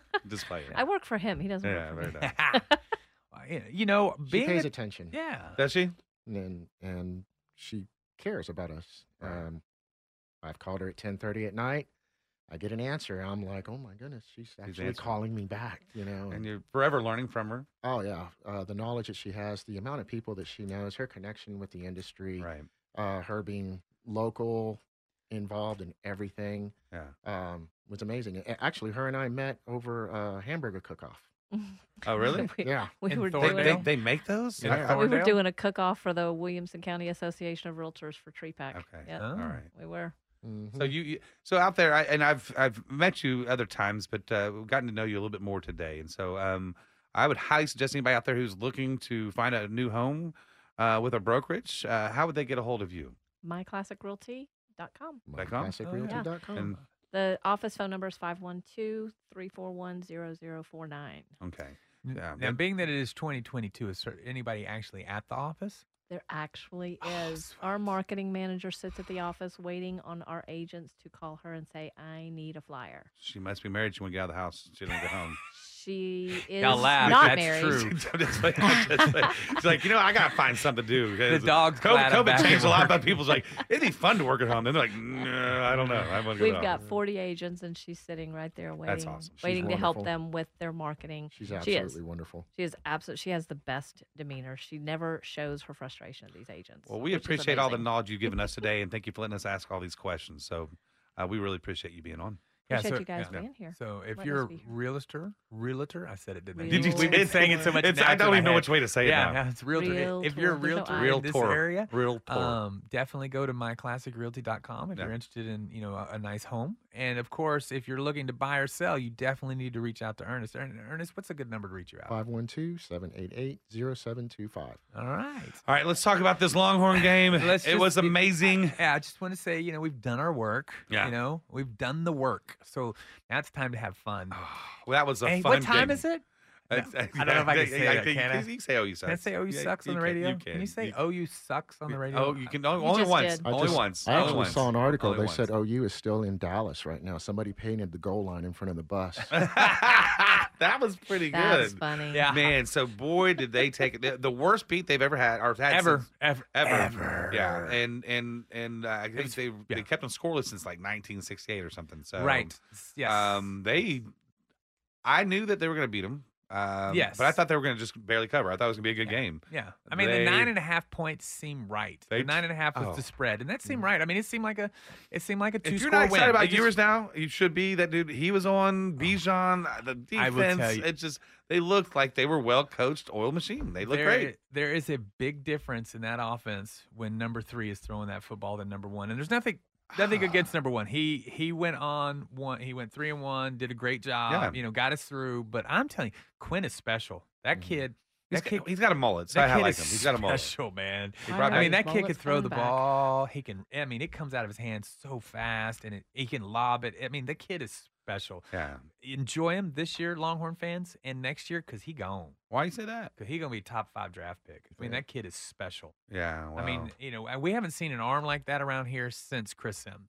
S2: *laughs* This player.
S3: I work for him. He doesn't
S2: yeah,
S3: work for
S2: very
S3: me.
S2: nice.
S1: you know,
S5: She
S1: being
S5: pays
S1: a-
S5: attention.
S1: yeah,
S2: Does she?
S5: and and she cares about us.
S2: Right.
S5: Um, I've called her at ten thirty at night. I get an answer. I'm like, oh my goodness, she's actually
S2: answering.
S5: calling me back. You know,
S2: And
S5: and-
S2: you're forever learning from her.
S5: oh yeah, uh, the knowledge that she has, the amount of people that she knows, her connection with the industry,
S2: Right.
S5: uh, her being local, involved in everything,
S2: Yeah.
S5: um, was amazing. A- Actually, her and I met over a hamburger cook-off.
S2: Oh,
S3: *laughs*
S2: really?
S3: we,
S5: Yeah,
S3: we
S1: In
S3: were
S2: They,
S3: doing
S2: they,
S1: Thorndale?
S2: they make those?
S1: Yeah.
S2: I- I-
S3: we were
S1: Thorndale?
S3: doing a cook-off for the Williamson County Association of Realtors for Tree Pack.
S2: Okay.
S3: Yep,
S1: Oh.
S2: All right.
S3: we were.
S5: Mhm.
S1: Mm-hmm.
S2: So you, you so out there, I, and I've I've met you other times, but uh, we've gotten to know you a little bit more today. And so um, I would highly suggest anybody out there who's looking to find a new home uh, with a brokerage, uh, how would they get a hold of you?
S3: MyClassicRealty.com.
S5: My
S2: com?
S5: classic
S1: Oh, yeah.
S5: realty dot com.
S2: And
S3: The office phone number is 512-341-0049.
S2: okay,
S1: N-
S2: Yeah,
S1: now,
S2: but-
S1: being that it is 2022, is there anybody actually at the office?
S3: There actually
S1: Oh,
S3: is. Our marketing manager sits at the office waiting on our agents to call her and say, I need a flyer.
S2: she must be married. She won't get out of the house. She didn't
S1: *laughs*
S2: get home. *laughs*
S3: She
S1: *sighs*
S3: is
S1: Y'all laugh,
S3: not
S1: that's
S3: married. *laughs*
S1: true.
S2: I'm just like, I'm just like- she's like, you know, I gotta find something to do.
S1: The
S2: because
S1: dog's
S2: COVID,
S1: glad I'm back
S2: COVID
S1: at
S2: changed a lot,
S1: work.
S2: but people's like, it'd be fun to work at home. Then they're like, no, I don't know. I want to go.
S3: We've
S2: to the
S3: got
S2: office."
S3: 40 agents and she's sitting right there waiting,
S2: awesome. She's
S3: waiting to help
S5: wonderful.
S3: them with their marketing.
S5: She's
S3: she is.
S5: absolutely wonderful.
S3: She is absolutely. She has the best demeanor. She never shows her frustration at these agents.
S2: Well, we
S3: which is
S2: appreciate all the
S3: amazing.
S2: knowledge you've given us today, and thank you for letting us ask all these questions. So uh, we really appreciate you being on.
S3: Appreciate you guys being here.
S1: So if
S3: Letting us
S1: you're
S3: be here.
S1: realtor, realtor, I said it didn't. I?
S3: Did you-
S1: We've been saying it so much.
S2: It's-
S1: now it's
S2: I
S1: in
S2: don't
S1: my
S2: even know
S1: head.
S2: which way to say
S1: yeah,
S2: it now.
S1: now it's realtor. If- if
S3: Realtor,
S1: you're a
S3: there's
S1: realtor
S3: no I.
S1: in this
S2: Realtor,
S1: area,
S2: realtor.
S1: um, definitely go to myclassicrealty.com if
S2: Yeah.
S1: you're interested in you know a, a nice home. And of course, if you're looking to buy or sell, you definitely need to reach out to Ernest. Ern- Ernest, what's a good number to reach you
S2: uh,
S1: out?
S5: 512-788-0725.
S1: All right.
S2: All right, let's talk about this Longhorn game.
S1: *laughs* Let's
S2: it
S1: just-
S2: was amazing.
S1: Yeah, I just want to say, you know, we've done our work.
S2: Yeah.
S1: You know, we've done the work. So now it's time to have fun.
S2: Well, that was Oh, a
S1: hey,
S2: fun
S1: what time
S2: game.
S1: is it?
S2: I, *laughs*
S1: I don't know if I can say that,
S2: think-
S1: can I?
S2: You can say OU sucks.
S1: Can I say "Oh, you
S2: Yeah,
S1: sucks" on
S2: you
S1: the
S2: can-
S1: radio?
S2: You can.
S1: you say
S2: You-
S1: "Oh, you sucks" on the radio?
S2: Oh, you can only,
S3: You
S2: only
S3: just
S2: once.
S3: did.
S5: I
S2: Only
S5: just-
S2: once.
S5: I
S2: only
S5: actually
S2: once.
S5: saw an article.
S2: Only
S5: they
S2: once.
S5: said *laughs* OU is still in Dallas right now. Somebody painted the goal line in front of the
S2: *laughs*
S5: bus.
S2: *laughs* that was pretty
S3: That's
S2: good.
S3: funny.
S1: Yeah.
S2: Man, so boy, did they take it. The- The worst beat they've ever had, or had
S1: ever,
S2: since-
S1: ever,
S2: ever. Yeah, and and and uh, I think
S1: was-
S2: they
S1: yeah.
S2: they kept them scoreless since like 1968 or something. So
S1: right. Yes.
S2: um, they, I knew that they were going to beat them. Um,
S1: Yes.
S2: but I thought they were going to just barely cover. I thought it was going to be a good game.
S1: yeah. I mean, the
S2: they-
S1: nine and a half points seem right.
S2: They
S1: the nine and a half was
S2: oh.
S1: the spread, and that seemed right. I mean, it seemed like a, it seemed like a two
S2: If you're
S1: score
S2: not excited
S1: win.
S2: about
S1: It just- Oh.
S2: yours now, you should be. That dude, he was on Bijan. uh, The
S1: I will tell
S2: defense,
S1: you-
S2: it just they looked like they were well coached. Oil machine. They look
S1: there,
S2: great.
S1: There is a big difference in that offense when number three is throwing that football than number one. And there's nothing
S2: Ah.
S1: nothing against number one. He he went on one he went three and one, did a great job,
S2: Yeah.
S1: you know, got us through. But I'm telling you, Quinn is special. That kid
S2: Mm-hmm. He's got- he's got a mullet, so
S1: that
S2: I
S1: kid
S2: like
S1: is
S2: him. He's got a mullet.
S1: Special man.
S2: He brought
S1: I mean,
S2: back-
S1: that kid could
S3: Mullet's
S1: throw the
S3: coming back.
S1: ball. He can. I mean, it comes out of his hands so fast, and it, he can lob it. I mean, the kid is special.
S2: Yeah.
S1: Enjoy him this year, Longhorn fans, and next year because he gone.
S2: Why you say that?
S1: Because he gonna be top five draft pick. I mean,
S2: Yeah.
S1: that kid is special.
S2: Yeah.
S1: I
S2: wow.
S1: mean, you know, and we haven't seen an arm like that around here since Chris Sims.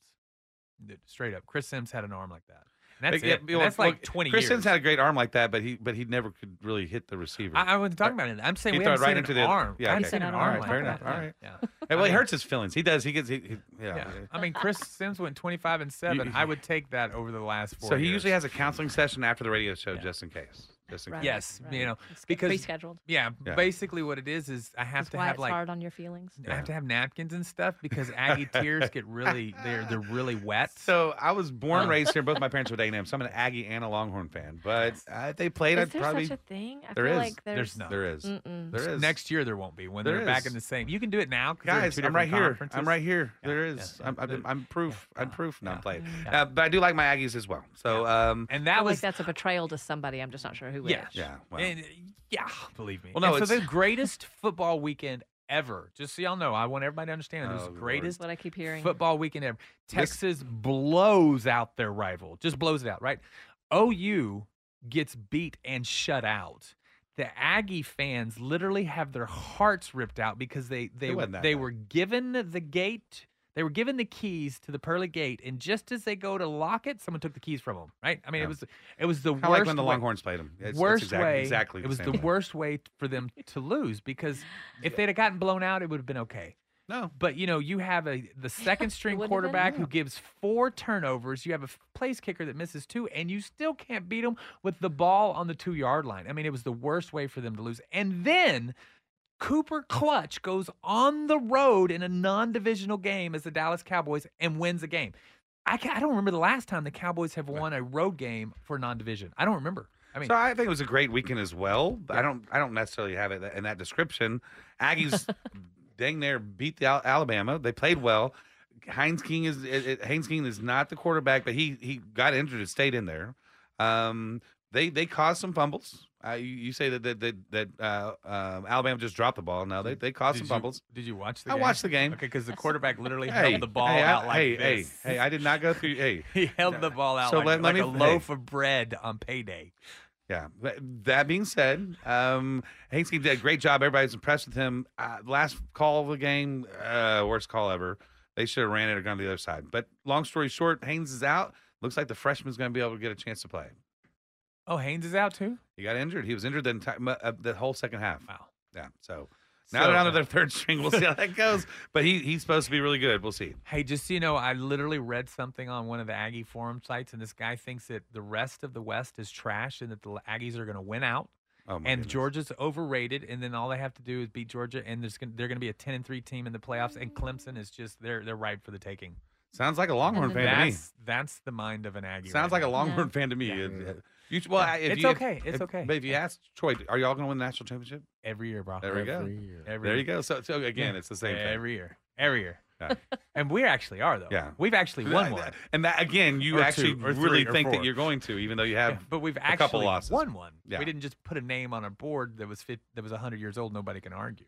S1: Th- Straight up, Chris Sims had an arm like that. And that's
S2: Like, yeah,
S1: it. And
S2: well,
S1: that's like
S2: look,
S1: twenty.
S2: Chris
S1: years.
S2: Sims had a great arm like that, but he but he never could really hit the receiver.
S1: I, I wasn't talking about it. I'm saying
S2: He
S1: we
S2: threw it
S1: haven't
S2: right
S1: seen
S2: into
S1: an
S2: the-
S1: arm.
S2: yeah,
S1: I haven't
S2: okay.
S1: seen an
S2: All
S1: arm
S2: right,
S1: like
S2: fair
S1: that.
S2: enough. All right.
S1: Yeah.
S2: *laughs* Hey, well,
S1: I
S2: he
S1: mean-
S2: hurts his feelings. He does. He gets. He, he, yeah.
S1: Yeah. I mean, Chris Sims went 25 and 7. I would take that over the last four
S2: So he
S1: years.
S2: usually has a counseling session after the radio show, just in case. Just in
S3: Right.
S2: case.
S1: Yes, you know,
S3: It's
S1: because
S3: pre-scheduled.
S1: Yeah,
S2: Yeah.
S1: basically what it is is I have
S3: That's
S1: to
S3: why
S1: have
S3: it's
S1: like
S3: hard on your feelings.
S1: I have to have napkins and stuff because Aggie tears get really they're they're really wet.
S2: *laughs* So I was born and
S1: Um,
S2: raised here. Both my parents were A&M, so I'm an Aggie and a Longhorn fan. But uh, if they played,
S3: Is
S2: I'd
S3: there
S2: probably
S3: such a thing? I
S2: there
S3: feel
S2: is.
S3: like there's,
S1: no.
S2: there is
S3: Mm-mm.
S2: there is
S1: next year there won't be when
S2: There
S1: they're back
S2: is.
S1: in the same. You can do it now, 'cause they're in
S2: Guys,
S1: two
S2: I'm right
S1: different
S2: here. I'm
S1: conferences.
S2: right here.
S1: Yeah,
S2: there
S1: yeah,
S2: is.
S1: yeah.
S2: I'm, I'm,
S1: The-
S2: I'm proof. I'm
S1: yeah,
S2: proof.
S1: yeah,
S2: Not playing.
S1: yeah.
S2: Uh, but I do like my Aggies as well. So um,
S1: And
S3: I
S1: that
S3: feel like
S1: was
S3: that's a betrayal to somebody. I'm just not sure who it
S1: yeah
S3: is.
S2: Yeah, wow.
S1: And, uh, yeah, *laughs* believe me.
S2: Well, no,
S1: And so the
S2: it's-
S1: greatest football weekend ever. Just so y'all know, I want everybody to understand.
S2: Oh,
S1: This
S2: Lord.
S1: greatest
S3: That's what I keep hearing.
S1: Football weekend ever. Texas blows out their rival, just blows it out, right? OU gets beat and shut out. The Aggie fans literally have their hearts ripped out because they they
S2: wasn't that
S1: they
S2: bad.
S1: were given the gate, they were given the keys to the pearly gate, and just as they go to lock it, someone took the keys from them. Right? I mean,
S2: Yeah.
S1: it was it was the
S2: I
S1: worst
S2: like when the
S1: way-
S2: Longhorns played them. It's, it's
S1: worst
S2: exact-
S1: way.
S2: Exactly.
S1: it was
S2: same
S1: the
S2: way.
S1: worst way for them to lose
S2: *laughs*
S1: because if they'd have gotten blown out, it would have been okay.
S2: No.
S1: But you know, you have a
S3: *laughs*
S1: the second string
S3: wouldn't have been,
S1: quarterback
S3: yeah.
S1: who gives four turnovers. You have a f- place kicker that misses two, and you still can't beat them with the ball on the two yard line. I mean, it was the worst way for them to lose. And then Cooper Clutch goes on the road in a non divisional game as the Dallas Cowboys and wins a game. I, ca- I don't remember the last time the Cowboys have won a road game for non division. I don't remember. I mean,
S2: so I think it was a great weekend as well. but I don't. I don't necessarily have it tha- in that description. Aggies,
S1: *laughs*
S2: dang near beat the Al- Alabama. They played well. Heinz King is it, it- Heinz King is not the quarterback, but he he got injured and stayed in there. Um, they they caused some fumbles. Uh, you, you say that that that, that uh, um, Alabama just dropped the ball. No, they they caused some
S1: you-
S2: fumbles.
S1: did you watch the
S2: I
S1: game?
S2: watched the game.
S1: Okay,
S2: *laughs*
S1: because the quarterback literally
S2: Hey,
S1: held the ball
S2: hey, I-
S1: out like
S2: hey,
S1: this.
S2: hey, hey! I did not go through. Hey,
S1: *laughs* He held the ball out
S2: So
S1: like,
S2: let- let
S1: like
S2: me-
S1: a
S2: hey.
S1: loaf of bread on payday.
S2: Yeah. But That being said, um, Hanks did a great job. Everybody's impressed with him. Uh, last call of the game, uh, worst call ever. They should have ran it or gone to the other side. But long story short, Haynes is out. Looks like the freshman's going to be able to get a chance to play.
S1: Oh, Haynes is out too.
S2: He got injured. He was injured the entire mu- uh, the whole second half.
S1: Wow.
S2: Yeah. So now
S1: So-
S2: they're down to their third string. We'll see how that goes. But he he's supposed to be really good. We'll see.
S1: *laughs* Hey, just so you know, I literally read something on one of the Aggie forum sites, and this guy thinks that the rest of the West is trash and that the Aggies are going to win out,
S2: Oh my
S1: and
S2: goodness.
S1: Georgia's overrated, and then all they have to do is beat Georgia, and there's gonna, they're going to be a ten and three team in the playoffs, and Clemson is just they're they're ripe for the taking.
S2: sounds like a Longhorn fan to me.
S1: That's that's the mind of an Aggie.
S2: Sounds
S1: right
S2: like a
S1: now.
S2: Longhorn fan to me. It- it- you- well, I- if
S1: It's
S2: you-
S1: okay. It's
S2: if-
S1: okay.
S2: But if you ask Troy, are y'all going to win the national championship?
S1: every year, bro.
S2: There we go.
S5: Every year.
S1: Every
S2: There
S1: year.
S2: you go. So, so again,
S1: Yeah.
S2: it's the same thing.
S1: every year. Every year.
S2: Yeah.
S1: *laughs* And we actually are though.
S2: Yeah.
S1: We've actually won
S2: That-
S1: one.
S2: And that again, you
S1: Or two,
S2: actually
S1: or three,
S2: really
S1: or
S2: think that
S1: four.
S2: you're going to, even though you
S1: Yeah,
S2: have.
S1: but we've
S2: a
S1: actually
S2: couple losses.
S1: won one.
S2: Yeah.
S1: We didn't just put a name on a board that was fit, that was 100 years old. Nobody can argue.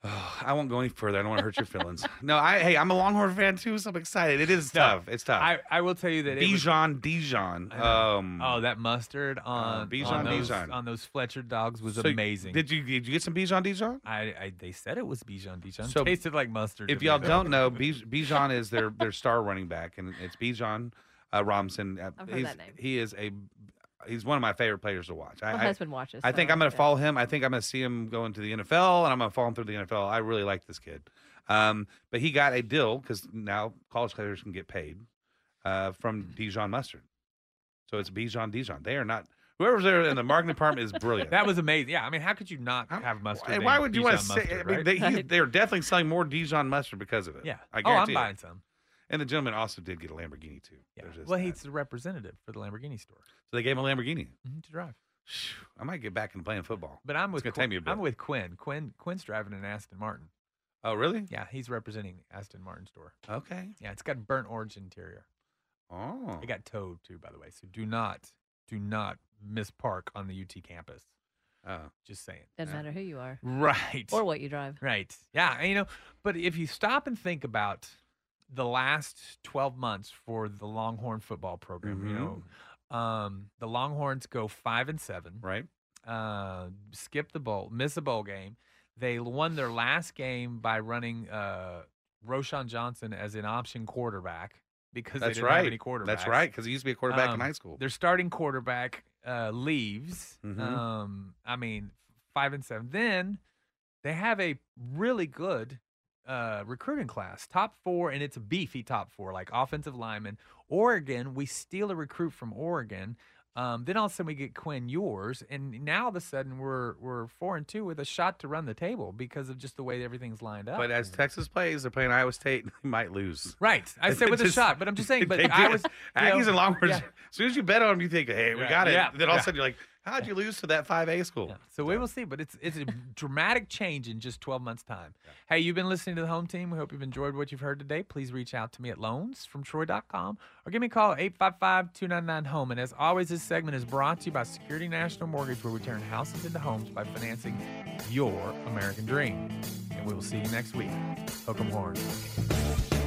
S2: *sighs* I won't go any further. I don't want to hurt your feelings. *laughs* no, I hey, I'm a Longhorn fan too, so I'm excited. It is
S1: *laughs* No,
S2: tough. It's tough.
S1: I, I will tell you that it was-
S2: Dijon, Dijon. Um,
S1: oh, that mustard on
S2: Bichon,
S1: on those,
S2: Bichon.
S1: on those Fletcher dogs was
S2: so
S1: amazing.
S2: Did you did you get some Bijon, Dijon?
S1: I, I they said it was Bichon Bichon.
S2: So,
S1: tasted like mustard.
S2: If
S1: to me,
S2: y'all
S1: though.
S2: don't know, Bij- Bijan is their their star running back, and it's Bijan uh, Robinson. Uh,
S3: I've heard
S2: he's-
S3: that name.
S2: He is a he's one of my favorite players to watch. I,
S3: My
S2: I-
S3: husband watches.
S2: I
S3: so
S2: think I'm going to
S3: yeah.
S2: follow him. I think I'm going to see him go into the NFL, and I'm going to follow him through the NFL. I really like this kid. Um, but he got a deal because now college players can get paid uh, from Dijon mustard. So it's Bijan Dijon. They are not whoever's there in the marketing department is brilliant.
S1: that was amazing. Yeah, I mean, how could you not
S2: I'm-
S1: have mustard?
S2: Why,
S1: named
S2: why would you want to
S1: Bichon
S2: say?
S1: mustard,
S2: I mean,
S1: right?
S2: they, he- they're definitely selling more Dijon mustard because of it.
S1: yeah. oh,
S2: I
S1: I'm
S2: guarantee it.
S1: buying some.
S2: And the gentleman also did get a Lamborghini too.
S1: Yeah.
S2: There's just
S1: Well,
S2: that.
S1: he's the representative for the Lamborghini store
S2: so they gave him a Lamborghini.
S1: Mhm, to drive.
S2: Phew, I might get back and playing football.
S1: But I'm
S2: It's
S1: with
S2: gonna
S1: Quin-
S2: take me a bit.
S1: I'm with Quinn. Quinn Quinn's driving an Aston Martin.
S2: Oh, really?
S1: Yeah, he's representing the Aston Martin store.
S2: Okay.
S1: Yeah, it's got burnt orange interior.
S2: Oh,
S1: It got towed too, by the way. So do not, do not miss park on the UT campus.
S2: Oh.
S1: Just saying.
S3: Doesn't matter who you are
S1: Right.
S3: or what you drive.
S1: *laughs* Right. Yeah. and, you know, but if you stop and think about the last 12 months for the Longhorn football program, you know, um, the Longhorns go five and seven,
S2: Right.
S1: uh, skip the bowl, miss a bowl game. They won their last game by running uh, Roshan Johnson as an option quarterback because they
S2: That's
S1: didn't
S2: right.
S1: have any quarterbacks.
S2: That's right. Because he used to be a quarterback
S1: Um,
S2: in high school.
S1: Their starting quarterback uh, leaves.
S2: Mhm.
S1: Um, I mean, five and seven. Then they have a really good uh, recruiting class, top four, and it's a beefy top four, like offensive lineman. Oregon, we steal a recruit from Oregon. Um, then all of a sudden we get Quinn yours, and now all of a sudden we're we're four and two with a shot to run the table because of just the way everything's lined up.
S2: But as Texas plays, they're playing Iowa State. *laughs* They might lose.
S1: right,
S2: *laughs*
S1: I said with a
S2: Just-
S1: shot, but I'm just saying. But
S2: *laughs* they
S1: I
S2: do.
S1: was
S2: Aggies and Longhorns.
S1: yeah.
S2: As soon as you bet on them, you think, "Hey, we
S1: Yeah,
S2: got it."
S1: yeah,
S2: Then all of
S1: yeah.
S2: a sudden, you're like, "How'd you lose to that 5A school?"
S1: Yeah, So we will see, but it's it's a dramatic change in just 12 months' time. Hey, you've been listening to the home team. We hope you've enjoyed what you've heard today. Please reach out to me at loansfromtroy.com or give me a call at 855 299 home. And as always, this segment is brought to you by Security National Mortgage, where we turn houses into homes by financing your American dream. And we will see you next week. Hook 'em horns.